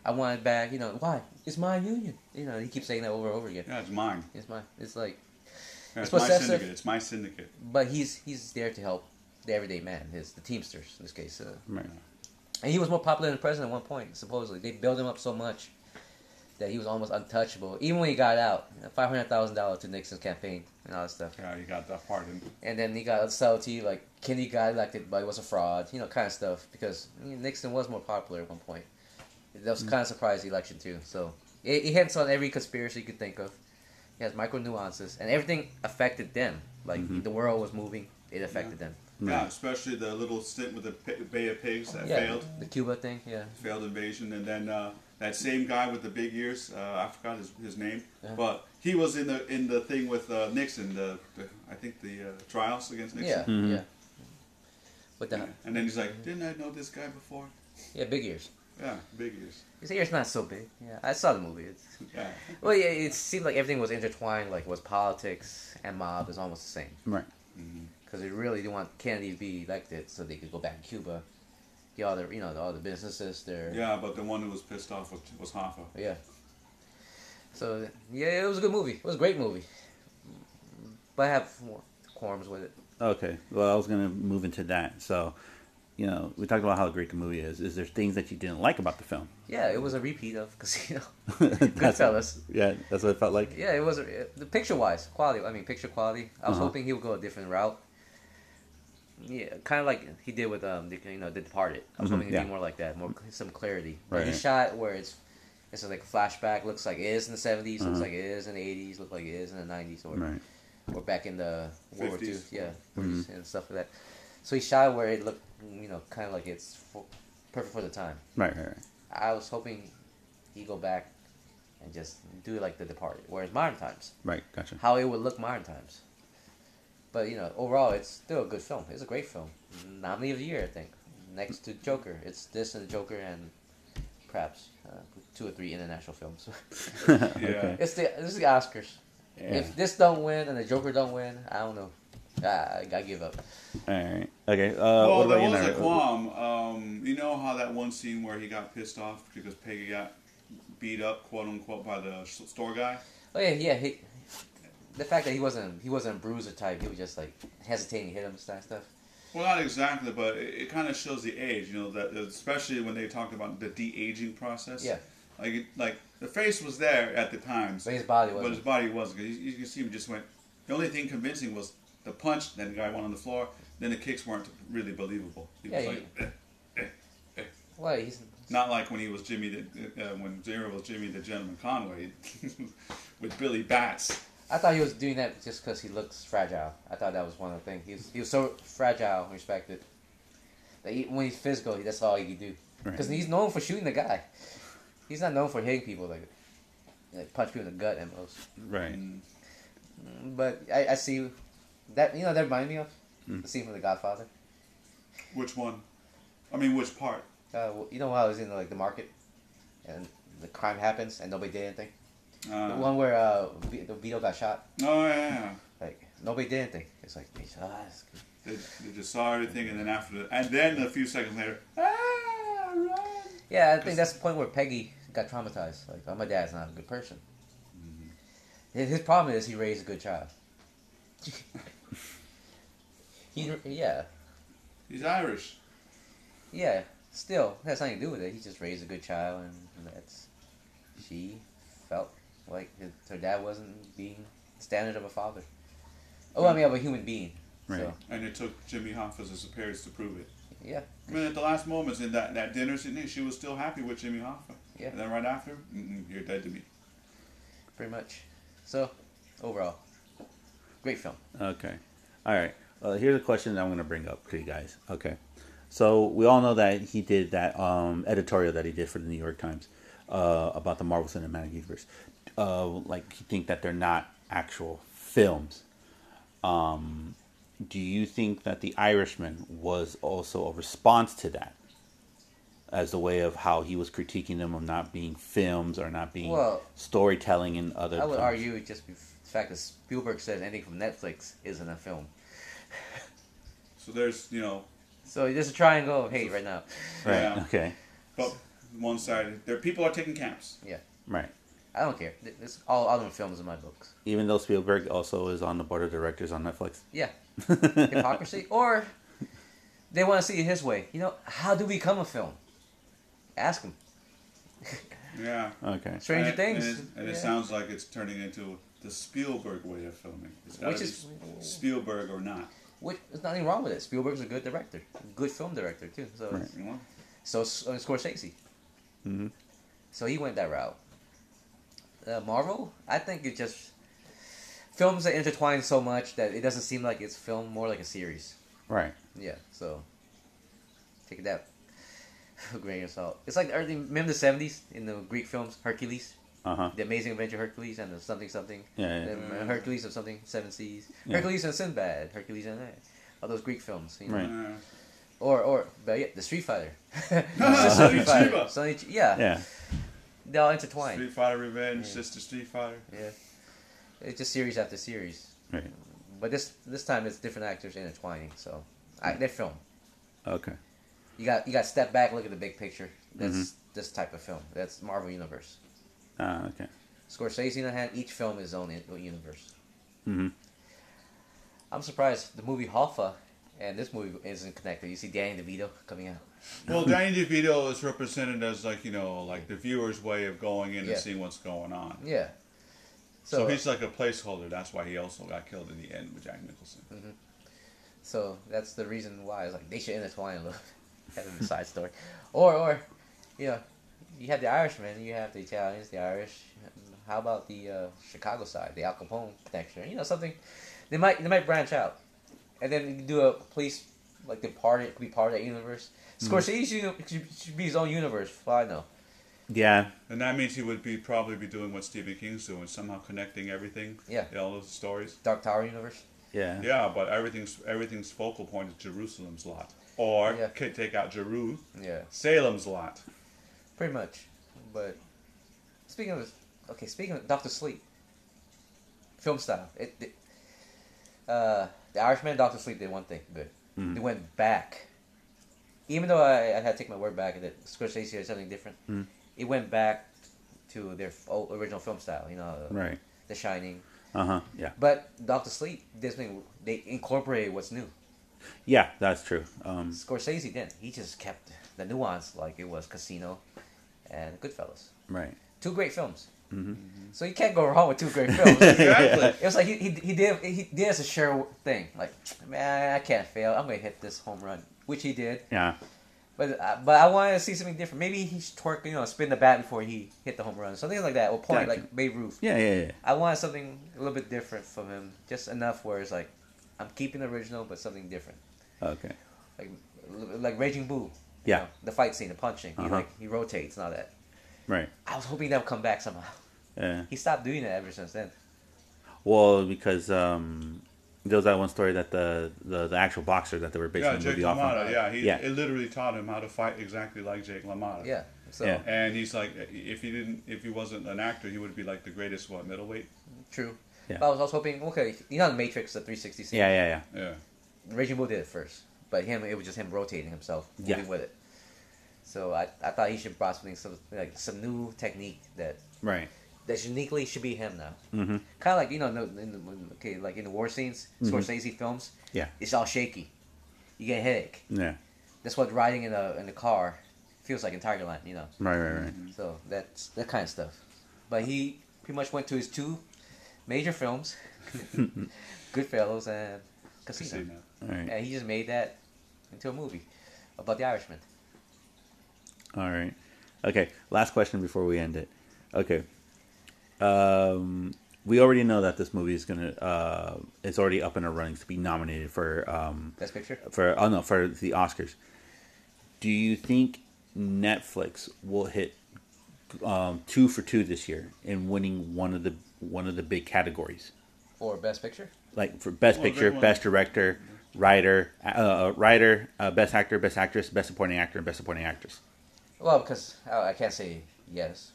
[SPEAKER 2] I want it back. You know why? It's my union. You know he keeps saying that over and over again.
[SPEAKER 3] Yeah, it's mine.
[SPEAKER 2] It's my. It's like,
[SPEAKER 3] Yeah,
[SPEAKER 2] It's
[SPEAKER 3] it's my
[SPEAKER 2] possessive.
[SPEAKER 3] syndicate. It's my syndicate.
[SPEAKER 2] but he's he's there to help the everyday man. His the Teamsters in this case. Uh,
[SPEAKER 1] Right.
[SPEAKER 2] And he was more popular than the president at one point, supposedly. They built him up so much that he was almost untouchable. Even when he got out, five hundred thousand dollars to Nixon's campaign and all that stuff.
[SPEAKER 3] Yeah, you got that part. In.
[SPEAKER 2] And then he got subtlety, like Kennedy got elected, but he was a fraud, you know, kind of stuff. Because you know, Nixon was more popular at one point. That was kind of surprised the election too. So it, it hints on every conspiracy you could think of. It has micro nuances, and everything affected them. Like the world was moving, it affected them.
[SPEAKER 3] Yeah, especially the little stint with the P- Bay of Pigs that
[SPEAKER 2] Yeah,
[SPEAKER 3] failed,
[SPEAKER 2] the Cuba thing, yeah.
[SPEAKER 3] failed invasion, and then uh, that same guy with the big ears, uh, I forgot his, his name,
[SPEAKER 2] Yeah.
[SPEAKER 3] but he was in the in the thing with uh, Nixon, the, the I think the uh, trials against Nixon.
[SPEAKER 2] Yeah, yeah. With the
[SPEAKER 3] And then he's like, didn't I know this guy before?
[SPEAKER 2] yeah, big ears.
[SPEAKER 3] Yeah, big ears.
[SPEAKER 2] His ear's not so big. Yeah, I saw the movie. It's,
[SPEAKER 3] Yeah,
[SPEAKER 2] well, yeah, it seemed like everything was intertwined. Like, was politics and mob is almost the same
[SPEAKER 1] Right.
[SPEAKER 2] because they really didn't want Kennedy to be elected so they could go back to Cuba, get all the you know all the businesses there.
[SPEAKER 3] yeah, but the one who was pissed off was, was
[SPEAKER 1] Uh,
[SPEAKER 3] Hoffa.
[SPEAKER 2] yeah. So yeah, it was a good movie. It was a great movie, but I have more qualms with it.
[SPEAKER 1] Okay. Well, I was gonna move into that. So, you know, we talked about how great the movie is. Is there things that you didn't like about the film?
[SPEAKER 2] Yeah, it was a repeat of Casino.
[SPEAKER 1] That's-
[SPEAKER 2] Goodfellas.
[SPEAKER 1] Yeah, that's what it felt like.
[SPEAKER 2] Yeah, it was it, the picture wise quality. I mean, picture quality. I was
[SPEAKER 1] Uh-huh.
[SPEAKER 2] hoping he would go a different route. Yeah, kind of like he did with um, the, you know, The Departed. I was
[SPEAKER 1] Mhm,
[SPEAKER 2] hoping it'd
[SPEAKER 1] yeah. Mm-hmm.
[SPEAKER 2] be more like that, more cl- some clarity. Like,
[SPEAKER 1] Right.
[SPEAKER 2] He shot where it's it's like a flashback. Looks like it is in the 70s Looks
[SPEAKER 1] Uh-huh.
[SPEAKER 2] like it is in the eighties. Looks like it is in the nineties, or
[SPEAKER 1] Right. Mm-hmm.
[SPEAKER 2] or back in the World War Two.
[SPEAKER 3] 50s.
[SPEAKER 2] Yeah, 40s and stuff like that. So he shot where it looked, you know, kind of like it's for, perfect for the time.
[SPEAKER 1] Right. Right. Right.
[SPEAKER 2] I was hoping he'd go back and just do it like The Departed, whereas modern times
[SPEAKER 1] Right. Gotcha.
[SPEAKER 2] how it would look modern times. But you know, overall, it's still a good film. It's a great film. Nominee of the year, I think. Next to Joker, it's this and Joker and perhaps uh, two or three international films.
[SPEAKER 3] Yeah.
[SPEAKER 1] Okay.
[SPEAKER 2] it's the this is the Oscars.
[SPEAKER 1] Yeah.
[SPEAKER 2] If this don't win and the Joker don't win, I don't know. I, I give up.
[SPEAKER 1] All right. Okay. Uh,
[SPEAKER 3] well,
[SPEAKER 1] what
[SPEAKER 3] Oh, there
[SPEAKER 1] about you,
[SPEAKER 3] was a
[SPEAKER 1] Naira?
[SPEAKER 3] qualm. Um, you know how that one scene where he got pissed off because Peggy got beat up, quote unquote, by the s- store guy.
[SPEAKER 2] Oh yeah, yeah. He, the fact that he wasn't he wasn't a bruiser type, he was just like hesitating to hit him and that stuff.
[SPEAKER 3] Well, not exactly, but it, it kind of shows the age. You know that especially when they talked about the de aging process.
[SPEAKER 2] Yeah.
[SPEAKER 3] Like it, like the face was there at the time,
[SPEAKER 2] But his body
[SPEAKER 3] but his
[SPEAKER 2] wasn't.
[SPEAKER 3] body wasn't. 'cause you, you can see him just went. The only thing convincing was the punch. Then the guy went on the floor. Then the kicks weren't really believable. He
[SPEAKER 2] Yeah,
[SPEAKER 3] was
[SPEAKER 2] he-
[SPEAKER 3] like, "Eh."
[SPEAKER 2] Well, he's
[SPEAKER 3] not like when he was Jimmy the, uh, when Jimmy was Jimmy the Gentleman Conway with Billy Bats.
[SPEAKER 2] I thought he was doing that just because he looks fragile. I thought that was one of the things. He was, he was so fragile and respected. That he, when he's physical, that's all he can do. Because
[SPEAKER 1] Right.
[SPEAKER 2] he's known for shooting the guy. He's not known for hitting people like, like punch people in the gut at most.
[SPEAKER 1] Right.
[SPEAKER 3] And
[SPEAKER 2] But I, I see that you know that reminded me of the scene from The Godfather.
[SPEAKER 3] which one? I mean, which part?
[SPEAKER 2] Uh, you know how I was in like the market, and the crime happens and nobody did anything.
[SPEAKER 3] Uh,
[SPEAKER 2] the one where uh, V- the Vito got shot,
[SPEAKER 3] Oh yeah, yeah.
[SPEAKER 2] like nobody did anything. It's like, bitch, ah, it's-
[SPEAKER 3] They, they just saw everything, and then after, the, and then a few seconds later, ah, run.
[SPEAKER 2] Yeah, I think that's the point where Peggy got traumatized. Like, oh, my dad's not a good person. His His problem is he raised a good child. he, yeah,
[SPEAKER 3] He's Irish.
[SPEAKER 2] yeah. Still, that's nothing to do with it. He just raised a good child, and that's she felt like his, her dad wasn't being the standard of a father. Oh, I mean, of a human being. So,
[SPEAKER 1] Right.
[SPEAKER 3] And it took Jimmy Hoffa's disappearance to prove it.
[SPEAKER 2] yeah,
[SPEAKER 3] I mean, at the last moments in that, that dinner scene, she was still happy with Jimmy Hoffa.
[SPEAKER 2] Yeah.
[SPEAKER 3] And then right after, mm you're dead to me.
[SPEAKER 2] pretty much. So, overall, great film.
[SPEAKER 1] Okay. All right. Uh, here's a question that I'm going to bring up to you guys. Okay. So we all know that he did that um, editorial that he did for the New York Times uh, about the Marvel Cinematic Universe. Uh, like, you think that they're not actual films. Um, do you think that The Irishman was also a response to that? As a way of how he was critiquing them of not being films or not being
[SPEAKER 2] Well,
[SPEAKER 1] storytelling in other.
[SPEAKER 2] I would
[SPEAKER 1] films?
[SPEAKER 2] argue it just be the fact that Spielberg said anything from Netflix isn't a film.
[SPEAKER 3] So there's, you know,
[SPEAKER 2] So there's a triangle of hate right now.
[SPEAKER 1] Right.
[SPEAKER 3] Yeah.
[SPEAKER 1] Okay.
[SPEAKER 3] but one side, there people are taking camps.
[SPEAKER 2] Yeah,
[SPEAKER 1] Right.
[SPEAKER 2] I don't care. Th- This all other films in my books.
[SPEAKER 1] even though Spielberg also is on the board of directors on Netflix.
[SPEAKER 2] Yeah, hypocrisy or they want to see it his way. You know, how do we come a film? Ask him.
[SPEAKER 3] Yeah.
[SPEAKER 1] okay.
[SPEAKER 2] Stranger
[SPEAKER 3] and,
[SPEAKER 2] Things,
[SPEAKER 3] And, it, and it
[SPEAKER 2] yeah.
[SPEAKER 3] sounds like it's turning into the Spielberg way of filming. It's gotta
[SPEAKER 2] Which
[SPEAKER 3] be
[SPEAKER 2] is-
[SPEAKER 3] Spielberg or not.
[SPEAKER 2] which there's nothing wrong with it. Spielberg's a good director, good film director too. So
[SPEAKER 1] Right.
[SPEAKER 3] You know?
[SPEAKER 2] so S- uh, Scorsese.
[SPEAKER 1] Mhm.
[SPEAKER 2] So he went that route. Uh, Marvel, I think it just films are intertwined so much that it doesn't seem like it's film, more like a series.
[SPEAKER 1] Right.
[SPEAKER 2] Yeah, so take that with a grain of salt. It's like early, remember the seventies in the Greek films, Hercules,
[SPEAKER 1] Uh huh.
[SPEAKER 2] The Amazing Adventure of Hercules, and the something something,
[SPEAKER 1] Yeah, yeah.
[SPEAKER 2] and, uh, Hercules of something, Seven Seas,
[SPEAKER 1] Yeah.
[SPEAKER 2] Hercules and Sinbad, Hercules and that. All those Greek films, you know.
[SPEAKER 1] Right.
[SPEAKER 3] Uh,
[SPEAKER 2] Or or but yeah, the Street Fighter,
[SPEAKER 3] Sonny
[SPEAKER 2] Street Fighter,
[SPEAKER 3] Chiba.
[SPEAKER 2] Sonny Ch- yeah,
[SPEAKER 1] Yeah.
[SPEAKER 2] they all intertwined.
[SPEAKER 3] Street Fighter Revenge,
[SPEAKER 2] Yeah.
[SPEAKER 3] Sister Street Fighter.
[SPEAKER 2] Yeah, it's just series after series,
[SPEAKER 1] Right.
[SPEAKER 2] but this this time it's different actors intertwining. So I, they're film.
[SPEAKER 1] Okay.
[SPEAKER 2] You got you got to step back, look at the big picture. That's this type of film. That's Marvel Universe.
[SPEAKER 1] Uh, okay.
[SPEAKER 2] Scorsese, on the other hand, each film is own in- universe.
[SPEAKER 1] Mm-hmm.
[SPEAKER 2] I'm surprised the movie Hoffa and this movie isn't connected. You see Danny DeVito coming out.
[SPEAKER 3] Well, Danny DeVito is represented as like you know, like the viewer's way of going in
[SPEAKER 2] Yeah.
[SPEAKER 3] and seeing what's going on.
[SPEAKER 2] Yeah.
[SPEAKER 3] So,
[SPEAKER 2] So
[SPEAKER 3] he's like a placeholder. That's why he also got killed in the end with Jack Nicholson.
[SPEAKER 2] Mm-hmm. so that's the reason why it's like they should intertwine a little. Have a side story, or or you know, you have the Irishman, you have the Italians, the Irish. How about the uh, Chicago side, the Al Capone connection? You know something, they might they might branch out, and then you can do a police like the part it could be part of that universe. Scorsese should- should, should be his own universe. Well, I know.
[SPEAKER 1] Yeah.
[SPEAKER 3] And that means he would be probably be doing what Stephen King's doing, somehow connecting everything.
[SPEAKER 2] Yeah.
[SPEAKER 3] all those stories.
[SPEAKER 2] Dark Tower universe.
[SPEAKER 1] Yeah.
[SPEAKER 3] Yeah, but everything's everything's focal point is Jerusalem's lot, or
[SPEAKER 2] Yeah.
[SPEAKER 3] could take out Jeru,
[SPEAKER 2] Yeah,
[SPEAKER 3] Salem's lot.
[SPEAKER 2] pretty much. But speaking of okay, speaking of Doctor Sleep, film style. It, it uh, the Irishman, and Doctor Sleep did one thing good. They went back, even though I, I had to take my word back that Scorsese had something different. It went back to their f- o- original film style. You know, uh,
[SPEAKER 1] Right.
[SPEAKER 2] The Shining.
[SPEAKER 1] Uh huh. Yeah.
[SPEAKER 2] But Doctor Sleep, this thing they incorporated what's new.
[SPEAKER 1] Yeah, that's true. Um,
[SPEAKER 2] Scorsese didn't. He just kept the nuance like it was Casino and Goodfellas.
[SPEAKER 1] right.
[SPEAKER 2] Two great films.
[SPEAKER 1] Mm-hmm.
[SPEAKER 2] So you can't go wrong with two great films.
[SPEAKER 3] Exactly.
[SPEAKER 2] It was like he, he, he did he did as a sure thing. Like man, I can't fail. I'm gonna hit this home run, which he did.
[SPEAKER 1] Yeah.
[SPEAKER 2] But uh, but I wanted to see something different. Maybe he should twerk, you know, spin the bat before he hit the home run, something like that, or point
[SPEAKER 1] Gotcha.
[SPEAKER 2] like Babe Ruth.
[SPEAKER 1] Yeah, yeah, yeah.
[SPEAKER 2] I wanted something a little bit different from him, just enough where it's like I'm keeping the original, but something different,
[SPEAKER 1] Okay.
[SPEAKER 2] like like Raging Bull. you
[SPEAKER 1] Yeah.
[SPEAKER 2] know, the fight scene, the punching, he
[SPEAKER 1] Uh-huh.
[SPEAKER 2] like he rotates, and all that.
[SPEAKER 1] Right.
[SPEAKER 2] I was hoping that would come back somehow.
[SPEAKER 1] Yeah.
[SPEAKER 2] He stopped doing that ever since then.
[SPEAKER 1] Well, because um, there was that one story that the, the, the actual boxer that they were basing
[SPEAKER 3] Yeah,
[SPEAKER 1] the
[SPEAKER 3] Jake
[SPEAKER 1] movie off on.
[SPEAKER 3] LaMotta. Yeah, he
[SPEAKER 1] Yeah.
[SPEAKER 3] It literally taught him how to fight exactly like Jake LaMotta.
[SPEAKER 2] Yeah. So
[SPEAKER 1] Yeah.
[SPEAKER 3] And he's like, if he didn't, if he wasn't an actor, he would be like the greatest what middleweight.
[SPEAKER 2] true.
[SPEAKER 1] Yeah.
[SPEAKER 2] But I was also hoping, okay, you know, the Matrix, the 360 scene.
[SPEAKER 1] Yeah, yeah, yeah.
[SPEAKER 3] Yeah.
[SPEAKER 2] Raging Bull did it first, but him it was just him rotating himself, moving
[SPEAKER 1] Yeah.
[SPEAKER 2] with it. So I, I thought he should brought something some like some new technique that
[SPEAKER 1] Right.
[SPEAKER 2] that uniquely should be him now.
[SPEAKER 1] Mhm.
[SPEAKER 2] Kind of like you know no- in the, when- okay like in the war scenes,
[SPEAKER 1] Mm-hmm.
[SPEAKER 2] Scorsese films,
[SPEAKER 1] Yeah.
[SPEAKER 2] it's all shaky. You get a headache.
[SPEAKER 1] Yeah.
[SPEAKER 2] That's what riding in a in the car feels like in Tigerland, you know.
[SPEAKER 1] Right, right, right.
[SPEAKER 2] So that's that kind of stuff. But he pretty much went to his two major films, Goodfellas and Casino.
[SPEAKER 3] Casino.
[SPEAKER 1] All right.
[SPEAKER 2] And he just made that into a movie about the Irishman.
[SPEAKER 1] All right. Okay. Last question before we end it. Okay. Um, we already know that this movie is gonna uh, it's already up and running to be nominated for um,
[SPEAKER 2] Best picture?
[SPEAKER 1] for oh no for the Oscars. Do you think Netflix will hit um, two for two this year in winning one of the one of the big categories,
[SPEAKER 2] Or best picture?
[SPEAKER 1] like for best
[SPEAKER 3] Well,
[SPEAKER 1] picture,
[SPEAKER 3] they won-
[SPEAKER 1] best director, writer, uh, writer, uh, best actor, best actress, best supporting actor, and best supporting actress?
[SPEAKER 2] Well, because oh, I can't say yes.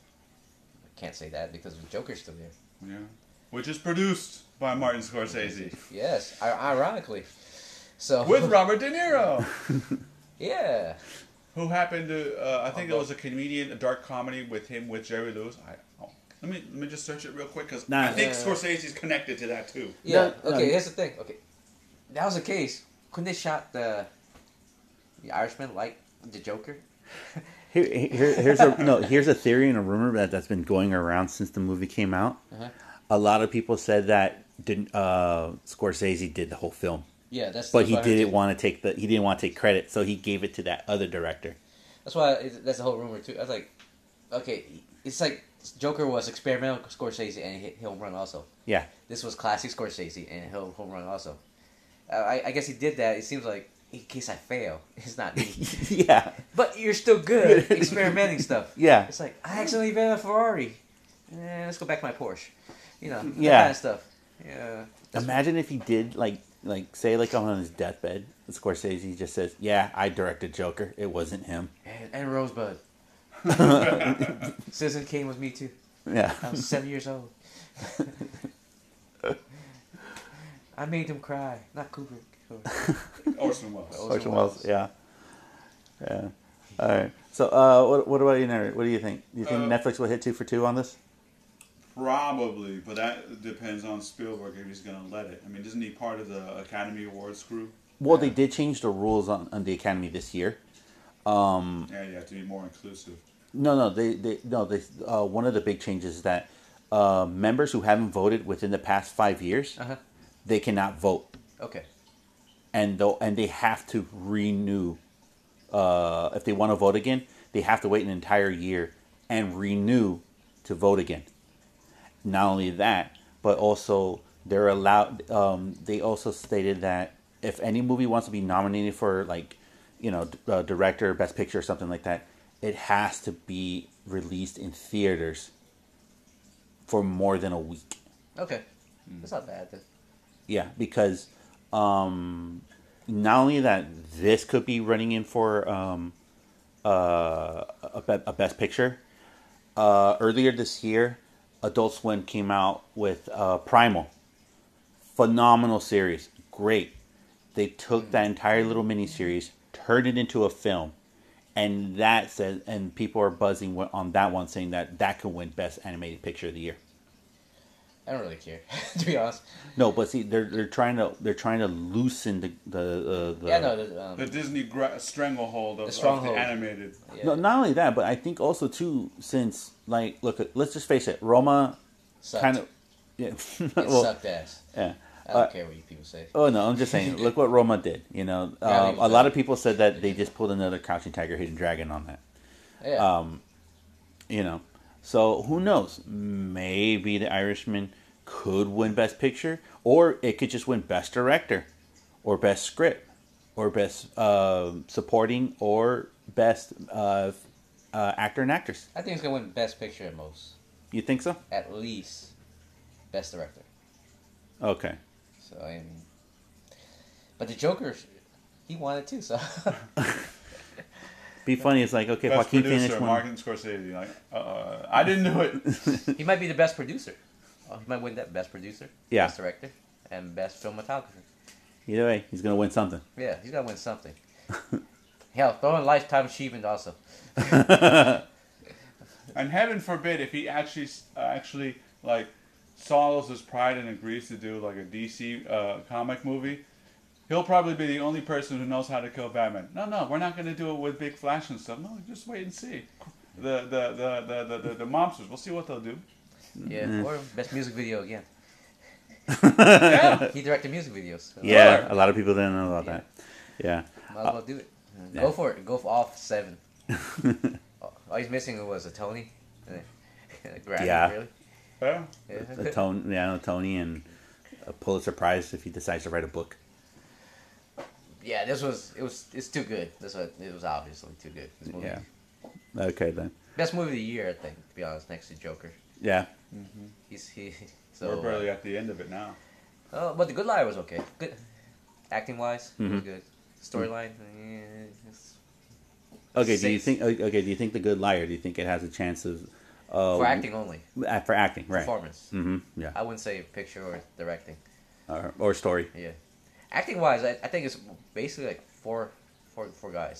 [SPEAKER 2] I can't say that because Joker's still there.
[SPEAKER 3] Yeah. Which is produced by Martin Scorsese
[SPEAKER 2] Yes, I- ironically. So
[SPEAKER 3] with Robert De Niro,
[SPEAKER 2] yeah,
[SPEAKER 3] who happened to uh, I think it
[SPEAKER 2] Although-
[SPEAKER 3] was a comedian, a dark comedy with him with Jerry Lewis. I, oh, let me let me just search it real quick because
[SPEAKER 1] Nah.
[SPEAKER 3] I think
[SPEAKER 2] Yeah.
[SPEAKER 3] Scorsese's connected to that too.
[SPEAKER 2] yeah.
[SPEAKER 1] No, no.
[SPEAKER 2] okay, here's the thing. Okay, that was the case. Couldn't they shot the the Irishman like the Joker?
[SPEAKER 1] Here, here, here's a no. Here's a theory and a rumor that that's been going around since the movie came out.
[SPEAKER 2] Uh-huh.
[SPEAKER 1] A lot of people said that didn't uh, Scorsese did the whole film.
[SPEAKER 2] Yeah, that's.
[SPEAKER 1] but
[SPEAKER 2] that's
[SPEAKER 1] he
[SPEAKER 2] what I heard
[SPEAKER 1] didn't
[SPEAKER 2] too.
[SPEAKER 1] want to take the he didn't want to take credit, so he gave it to that other director.
[SPEAKER 2] That's why it, that's the whole rumor too. I was like, okay, it's like Joker was experimental Scorsese and he hit home run also.
[SPEAKER 1] Yeah,
[SPEAKER 2] This was classic Scorsese and he'll home run also. Uh, I, I guess he did that. It seems like in case I fail, it's not me.
[SPEAKER 1] yeah,
[SPEAKER 2] but you're still good experimenting stuff.
[SPEAKER 1] yeah,
[SPEAKER 2] It's like I accidentally bought a Ferrari. Eh, let's go back to my Porsche. You know, that
[SPEAKER 1] Yeah.
[SPEAKER 2] kind of stuff. Yeah. That's-
[SPEAKER 1] Imagine if he did like like say like on his deathbed, Scorsese just says, "Yeah, I directed Joker. It wasn't him."
[SPEAKER 2] And, and Rosebud. Citizen Kane was me too.
[SPEAKER 1] Yeah,
[SPEAKER 2] I was seven years old. I made them cry, not Kubrick.
[SPEAKER 3] Orson Welles.
[SPEAKER 2] Oh.
[SPEAKER 1] Orson
[SPEAKER 2] Orson
[SPEAKER 1] Welles.
[SPEAKER 2] Welles.
[SPEAKER 1] Yeah, yeah. All right. So, uh, what what about you, Nary? What do you think? Do you think
[SPEAKER 3] Uh,
[SPEAKER 1] Netflix will hit two for two on this?
[SPEAKER 3] Probably, but that depends on Spielberg if he's gonna let it. I mean, isn't he part of the Academy Awards crew?
[SPEAKER 1] Well, they did change the rules on, on the Academy this year.
[SPEAKER 3] Yeah, you have to be more inclusive.
[SPEAKER 1] No, no, they, they no, they. Uh, one of the big changes is that uh, members who haven't voted within the past five years,
[SPEAKER 2] Uh huh.
[SPEAKER 1] they cannot vote,
[SPEAKER 2] Okay.
[SPEAKER 1] and they'll and they have to renew. Uh, if they want to vote again, they have to wait an entire year and renew to vote again. Not only that, but also they're allowed. Um, they also stated that if any movie wants to be nominated for like, you know, d- uh, director, best picture, or something like that, it has to be released in theaters for more than a week.
[SPEAKER 2] Okay. That's not bad then.
[SPEAKER 1] Yeah, because um, not only that, this could be running in for um, uh, a, be- a best picture. Uh, earlier this year, Adult Swim came out with uh, Primal. Phenomenal series. Great. They took that entire little miniseries, turned it into a film, and that says, and people are buzzing on that one, saying that that could win Best Animated Picture of the Year.
[SPEAKER 2] I don't really care, to be honest.
[SPEAKER 1] No, but see, they're they're trying to they're trying to loosen the the uh, the.
[SPEAKER 2] yeah, no, the, um,
[SPEAKER 3] The Disney gra- stranglehold of,
[SPEAKER 2] The
[SPEAKER 3] of
[SPEAKER 2] stronghold.
[SPEAKER 3] the animated.
[SPEAKER 2] yeah.
[SPEAKER 1] No, not only that, but I think also too, since like, look, let's just face it, Roma
[SPEAKER 2] sucked.
[SPEAKER 1] kind of, yeah,
[SPEAKER 2] it
[SPEAKER 1] well,
[SPEAKER 2] sucked ass.
[SPEAKER 1] yeah.
[SPEAKER 2] I don't
[SPEAKER 1] Uh,
[SPEAKER 2] care what you people say.
[SPEAKER 1] Oh no, I'm just saying. Look what Roma did. You know,
[SPEAKER 2] Yeah,
[SPEAKER 1] um,
[SPEAKER 2] he was
[SPEAKER 1] a lot
[SPEAKER 2] a-
[SPEAKER 1] of people said that they just pulled another Crouching Tiger, Hidden Dragon on that.
[SPEAKER 2] Yeah,
[SPEAKER 1] Um, You know, so who knows? Maybe the Irishman could win Best Picture, or it could just win Best Director, or Best Script, or Best um Supporting, or Best uh, uh, Actor and Actress.
[SPEAKER 2] I think it's gonna win Best Picture at most,
[SPEAKER 1] You think so?
[SPEAKER 2] at least Best Director.
[SPEAKER 1] Okay.
[SPEAKER 2] So I mean, but the Joker, he won it too. So
[SPEAKER 1] Be funny. It's like okay,
[SPEAKER 3] Best
[SPEAKER 1] Joaquin Phoenix
[SPEAKER 3] producer,
[SPEAKER 1] won.
[SPEAKER 3] Martin Scorsese. Like, uh, I didn't do it.
[SPEAKER 2] he might be the best producer. Oh, he might win that Best Producer,
[SPEAKER 1] Yeah.
[SPEAKER 2] Best Director, and Best Cinematographer.
[SPEAKER 1] Either way, he's gonna win something.
[SPEAKER 2] Yeah, he's gotta win something. Hell, throw in lifetime achievement also.
[SPEAKER 3] and heaven forbid if he actually uh, actually like swallows his pride and agrees to do like a DC uh, comic movie, he'll probably be the only person who knows how to kill Batman. No, no, we're not going to do it with big flash and stuff. No, just wait and see. The the the the the, the, the monsters. We'll see what they'll do.
[SPEAKER 2] Yeah, or Best Music Video again.
[SPEAKER 3] Yeah.
[SPEAKER 2] He directed music videos. So
[SPEAKER 1] Yeah,
[SPEAKER 3] Sure.
[SPEAKER 1] a lot of people didn't know about
[SPEAKER 2] Yeah.
[SPEAKER 1] that. Yeah.
[SPEAKER 2] Might as well do it.
[SPEAKER 1] yeah.
[SPEAKER 2] Go for it. Go for all seven. all all he's missing was a Tony. and a- a Grammy,
[SPEAKER 1] Yeah.
[SPEAKER 2] Really.
[SPEAKER 3] Yeah.
[SPEAKER 1] a
[SPEAKER 2] Yeah.
[SPEAKER 1] Tony, yeah, a Tony, and uh, a Pulitzer Prize if he decides to write a book.
[SPEAKER 2] yeah, this was it was it's too good. This was it was obviously too good. This movie.
[SPEAKER 1] Yeah. Okay then.
[SPEAKER 2] Best movie of the year, I think. To be honest, next to Joker.
[SPEAKER 1] Yeah.
[SPEAKER 2] He's he. So.
[SPEAKER 3] we're barely at the end of it now.
[SPEAKER 2] Oh, but the Good Liar was okay. Good. Acting wise, it was
[SPEAKER 1] Mhm.
[SPEAKER 2] good. Storyline. eh, it's-
[SPEAKER 1] Okay. Do you
[SPEAKER 2] Six.
[SPEAKER 1] think? Okay. Do you think the Good Liar? Do you think it has a chance of? Uh,
[SPEAKER 2] for acting Uh, only.
[SPEAKER 1] uh, for acting, right?
[SPEAKER 2] Performance.
[SPEAKER 1] hmm Yeah.
[SPEAKER 2] I wouldn't say picture or directing.
[SPEAKER 1] Or, or story.
[SPEAKER 2] Yeah, acting wise, I, I think it's basically like four, four, four guys: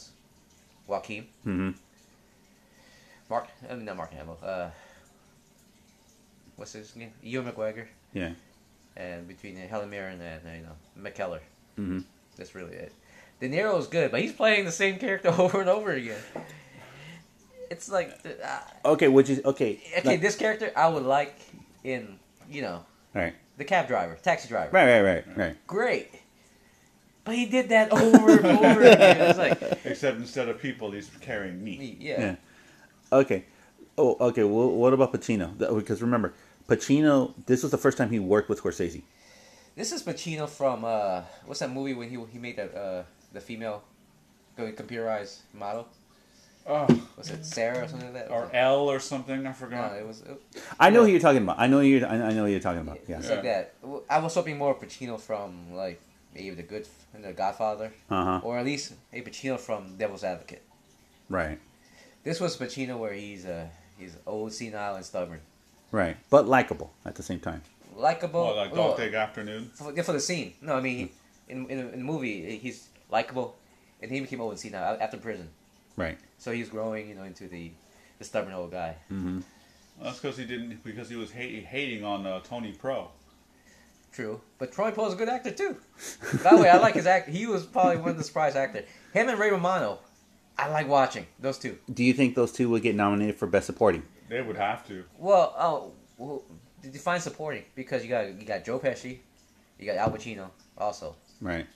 [SPEAKER 2] Joaquin,
[SPEAKER 1] hmm
[SPEAKER 2] Mark, I mean not Mark Hamill. Uh, what's his name? Ewan McGregor,
[SPEAKER 1] Yeah.
[SPEAKER 2] and between Helen Mirren and uh, you know McKellar.
[SPEAKER 1] hmm
[SPEAKER 2] That's really it. De Niro's good, but he's playing the same character over and over again. It's like, uh,
[SPEAKER 1] Okay. Would you? Okay.
[SPEAKER 2] okay,
[SPEAKER 1] like-
[SPEAKER 2] this character I would like in you know
[SPEAKER 1] all right.
[SPEAKER 2] the cab driver, taxi driver.
[SPEAKER 1] Right. Right. Right. Right.
[SPEAKER 2] Great. But he did that over and over again. It's like,
[SPEAKER 3] Except instead of people, he's carrying meat.
[SPEAKER 2] me,
[SPEAKER 1] Yeah.
[SPEAKER 2] yeah.
[SPEAKER 1] Okay. Oh. Okay. Well, what about Pacino? That- Because remember, Pacino. This was the first time he worked with Scorsese.
[SPEAKER 2] This is Pacino from uh, what's that movie when he he made that uh, the female the computerized model?
[SPEAKER 3] Oh,
[SPEAKER 2] Was it Sarah or something like that?
[SPEAKER 3] or L or something. I forgot.
[SPEAKER 2] no, it was it,
[SPEAKER 1] I know
[SPEAKER 2] Yeah.
[SPEAKER 1] who you're talking about. I know you. I I know who you're talking about. Yeah.
[SPEAKER 2] it's
[SPEAKER 3] Yeah.
[SPEAKER 2] like that. I was hoping more Pacino from like maybe the Good the Godfather,
[SPEAKER 1] Uh huh.
[SPEAKER 2] or at least a Pacino from Devil's Advocate.
[SPEAKER 1] Right.
[SPEAKER 2] This was Pacino where he's uh he's old, senile, and stubborn,
[SPEAKER 1] Right. But likable at the same time.
[SPEAKER 2] likable.
[SPEAKER 3] Oh, like
[SPEAKER 2] well,
[SPEAKER 3] Dog Day Afternoon.
[SPEAKER 2] for, yeah, for the scene. No, I mean in in, in the movie he's likable, and he became old and senile after prison.
[SPEAKER 1] Right.
[SPEAKER 2] So he's growing, you know, into the, the stubborn old guy.
[SPEAKER 3] That's because he didn't. Because he was hate, hating on uh, Tony Pro.
[SPEAKER 2] True, but Troy Poe's a good actor too. By the way, I like his act. He was probably one of the surprise actor. Him and Ray Romano, I like watching those two.
[SPEAKER 1] Do you think those two would get nominated for Best Supporting?
[SPEAKER 3] They would have to.
[SPEAKER 2] Well, oh, well, define supporting because you got you got Joe Pesci, you got Al Pacino also,
[SPEAKER 1] Right.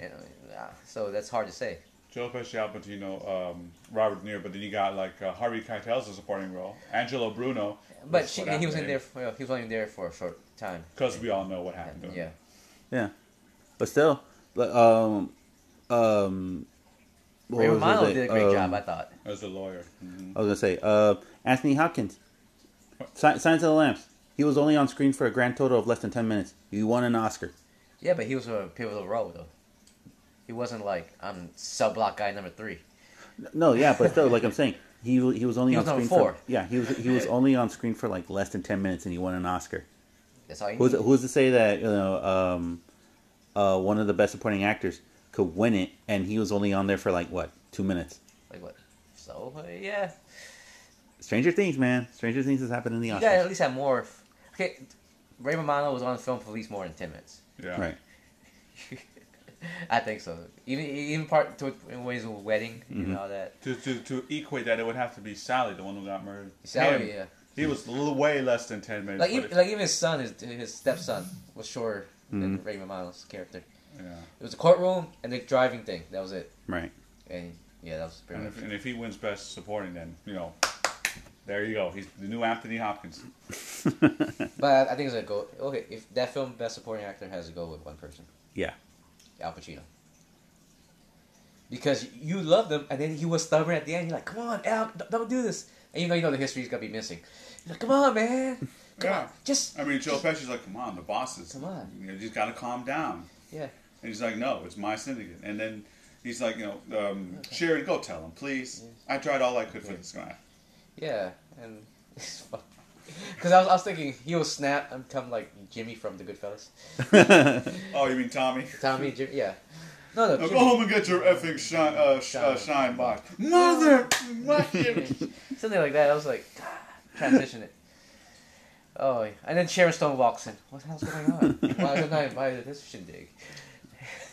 [SPEAKER 2] and uh, so that's hard to say.
[SPEAKER 3] Joe Pesci, Al Pacino, um, Robert De Niro, but then you got like uh, Harvey Keitel's a supporting role. Angelo Bruno.
[SPEAKER 2] But she, he was in there. For, he was only in there for a short time.
[SPEAKER 3] because we all know what happened. to him.
[SPEAKER 2] Yeah,
[SPEAKER 1] Yeah. But still, like, um, um, what
[SPEAKER 2] Ray
[SPEAKER 1] was it
[SPEAKER 2] Romano
[SPEAKER 1] that-
[SPEAKER 2] did a great
[SPEAKER 1] um,
[SPEAKER 2] job. I thought.
[SPEAKER 3] as a lawyer. Mhm.
[SPEAKER 1] I was gonna say, uh, Anthony Hopkins, Sci- Signs of the Lambs. He was only on screen for a grand total of less than ten minutes. He won an Oscar.
[SPEAKER 2] Yeah, but he was a pivotal role though. He wasn't like I'm sub block guy number three.
[SPEAKER 1] No, yeah, but still, like I'm saying, he he was only
[SPEAKER 2] He
[SPEAKER 1] on
[SPEAKER 2] was number
[SPEAKER 1] screen
[SPEAKER 2] four.
[SPEAKER 1] for yeah he was he was only on screen for like less than ten minutes and he won an Oscar.
[SPEAKER 2] That's all you
[SPEAKER 1] Who's
[SPEAKER 2] need.
[SPEAKER 1] who's to say that you know um, uh, one of the best supporting actors could win it, and he was only on there for like what two minutes?
[SPEAKER 2] Like what? So uh, yeah,
[SPEAKER 1] Stranger Things, man. Stranger Things has happened in the
[SPEAKER 2] you
[SPEAKER 1] Oscars.
[SPEAKER 2] gotta at least have more. f- Okay, Ray Romano was on the film for at least more than ten minutes.
[SPEAKER 3] Yeah.
[SPEAKER 1] Right.
[SPEAKER 2] I think so. Even even part to when he's a wedding and all that.
[SPEAKER 3] To, to, to equate that, it would have to be Sally, the one who got murdered.
[SPEAKER 2] Sally,
[SPEAKER 3] Him,
[SPEAKER 2] yeah.
[SPEAKER 3] He was a little way less than 10 minutes.
[SPEAKER 2] Like
[SPEAKER 3] but
[SPEAKER 2] even,
[SPEAKER 3] it-
[SPEAKER 2] like even his son, his his stepson, was shorter than Ray Romano's character.
[SPEAKER 3] yeah.
[SPEAKER 2] It was a courtroom and the driving thing. That was it.
[SPEAKER 1] Right.
[SPEAKER 2] And yeah, that was pretty
[SPEAKER 3] And
[SPEAKER 2] much.
[SPEAKER 3] if, and if he wins best supporting, then, you know, there you go. He's the new Anthony Hopkins.
[SPEAKER 2] But I, I think it's a go. Okay, if that film best supporting actor has to go with one person,
[SPEAKER 1] Yeah.
[SPEAKER 2] Al Pacino. Because you loved him, and then he was stubborn at the end. You're like, "Come on, Al, d- don't do this." And even though you know the history's gonna be missing, you're like, "Come on, man, come
[SPEAKER 3] Yeah.
[SPEAKER 2] on, just
[SPEAKER 3] I mean, Joe Pesci's like, come on, the bosses.
[SPEAKER 2] Come on.
[SPEAKER 3] You know, you just got to calm down.
[SPEAKER 2] yeah."
[SPEAKER 3] And he's like, no, it's my syndicate. And then he's like, you know, um, Sharon, go tell him, please. I tried all I could for this guy.
[SPEAKER 2] Yeah, and it's fun. Because I was, I was thinking he will snap and come like Jimmy from The Goodfellas.
[SPEAKER 3] Oh, you mean Tommy?
[SPEAKER 2] Tommy, Jimmy, yeah. No, no,
[SPEAKER 3] Now
[SPEAKER 2] Jimmy.
[SPEAKER 3] go home and get your effing shine, uh, sh- uh, shine box. Mother! fucking-
[SPEAKER 2] Something like that. I was like, transition it. Oh, yeah. and then Sharon Stone walks in. What the hell's going on? Why was I not invited to this shindig?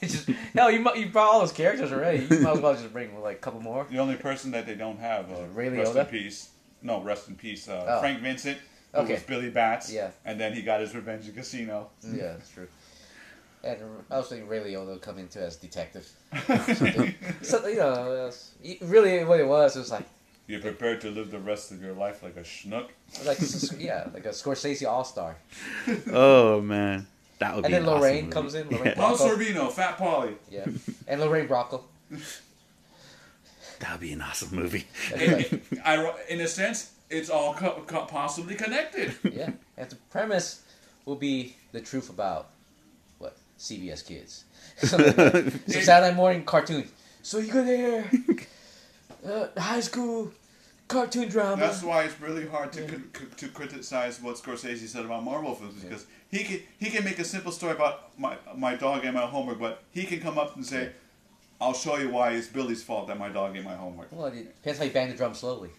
[SPEAKER 2] It's just no, you mu- you brought all those characters already. You might as well just bring like a couple more.
[SPEAKER 3] The only person that they don't have, uh,
[SPEAKER 2] Ray
[SPEAKER 3] rest in
[SPEAKER 2] Liotta?
[SPEAKER 3] peace. No, rest in peace. Uh,
[SPEAKER 2] Oh.
[SPEAKER 3] Frank Vincent, who
[SPEAKER 2] Okay.
[SPEAKER 3] was Billy Bats.
[SPEAKER 2] Yeah.
[SPEAKER 3] And then he got his revenge in Casino.
[SPEAKER 1] Mm.
[SPEAKER 2] Yeah, that's true. And I was thinking Ray Liotta would come into as detective. So you know, that's- really what it was it was like
[SPEAKER 3] You're prepared to live the rest of your life like a schnook.
[SPEAKER 2] like yeah, like a Scorsese All Star.
[SPEAKER 1] Oh man, that would
[SPEAKER 2] And
[SPEAKER 1] be.
[SPEAKER 2] then
[SPEAKER 1] an awesome
[SPEAKER 2] Lorraine
[SPEAKER 1] movie.
[SPEAKER 2] comes in,
[SPEAKER 1] Yeah.
[SPEAKER 2] Lorraine Bracco.
[SPEAKER 3] Paul Sorvino, Fat Polly.
[SPEAKER 2] Yeah, and Lorraine Bracco.
[SPEAKER 1] That would be an awesome movie.
[SPEAKER 2] Anyway,
[SPEAKER 3] I, in a sense, it's all co- co- possibly connected.
[SPEAKER 2] yeah, and the premise will be the truth about what CBS Kids. Some Saturday morning cartoon. So you go there, uh, high school cartoon drama.
[SPEAKER 3] That's why it's really hard to c- to criticize what Scorsese said about Marvel films because he can he can make a simple story about my my dog and my homework, but he can come up and say, "I'll show you why it's Billy's fault that my dog ate my homework,"
[SPEAKER 2] well, it depends how you bang the drum slowly.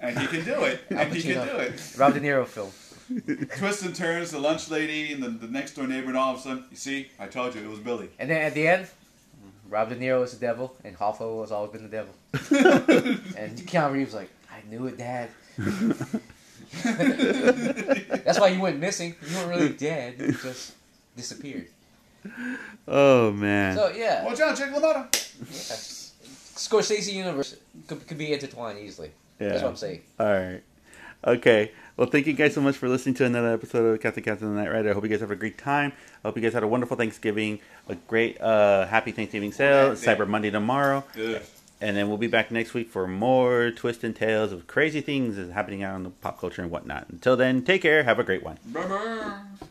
[SPEAKER 3] and he can do it, and he can
[SPEAKER 2] Pacino.
[SPEAKER 3] do it.
[SPEAKER 2] Rob De Niro film.
[SPEAKER 3] Twists and turns, the lunch lady and the, the next door neighbor, and all of a sudden, you see, I told you it was Billy.
[SPEAKER 2] And then at the end, Rob De Niro is the devil, and Hoffa has always been the devil. and Keanu Reeves like, I knew it, Dad. That's why you went missing. You weren't really dead. You just disappeared.
[SPEAKER 1] Oh man.
[SPEAKER 2] So yeah,
[SPEAKER 3] Watch out, Jake LaMotta.
[SPEAKER 2] Scorsese universe could, could be intertwined easily. That's
[SPEAKER 1] Yeah.
[SPEAKER 2] what I'm saying.
[SPEAKER 1] All right. Okay. Well, thank you guys so much for listening to another episode of Captain Captain and the Night Rider. I hope you guys have a great time. I hope you guys had a wonderful Thanksgiving, a great, uh, happy Thanksgiving sale,
[SPEAKER 3] Yeah, yeah.
[SPEAKER 1] Cyber Monday tomorrow.
[SPEAKER 3] Ugh.
[SPEAKER 1] And then we'll be back next week for more twists and tales of crazy things that's happening out in the pop culture and whatnot. Until then, take care. Have a great one.
[SPEAKER 3] Brr, brr.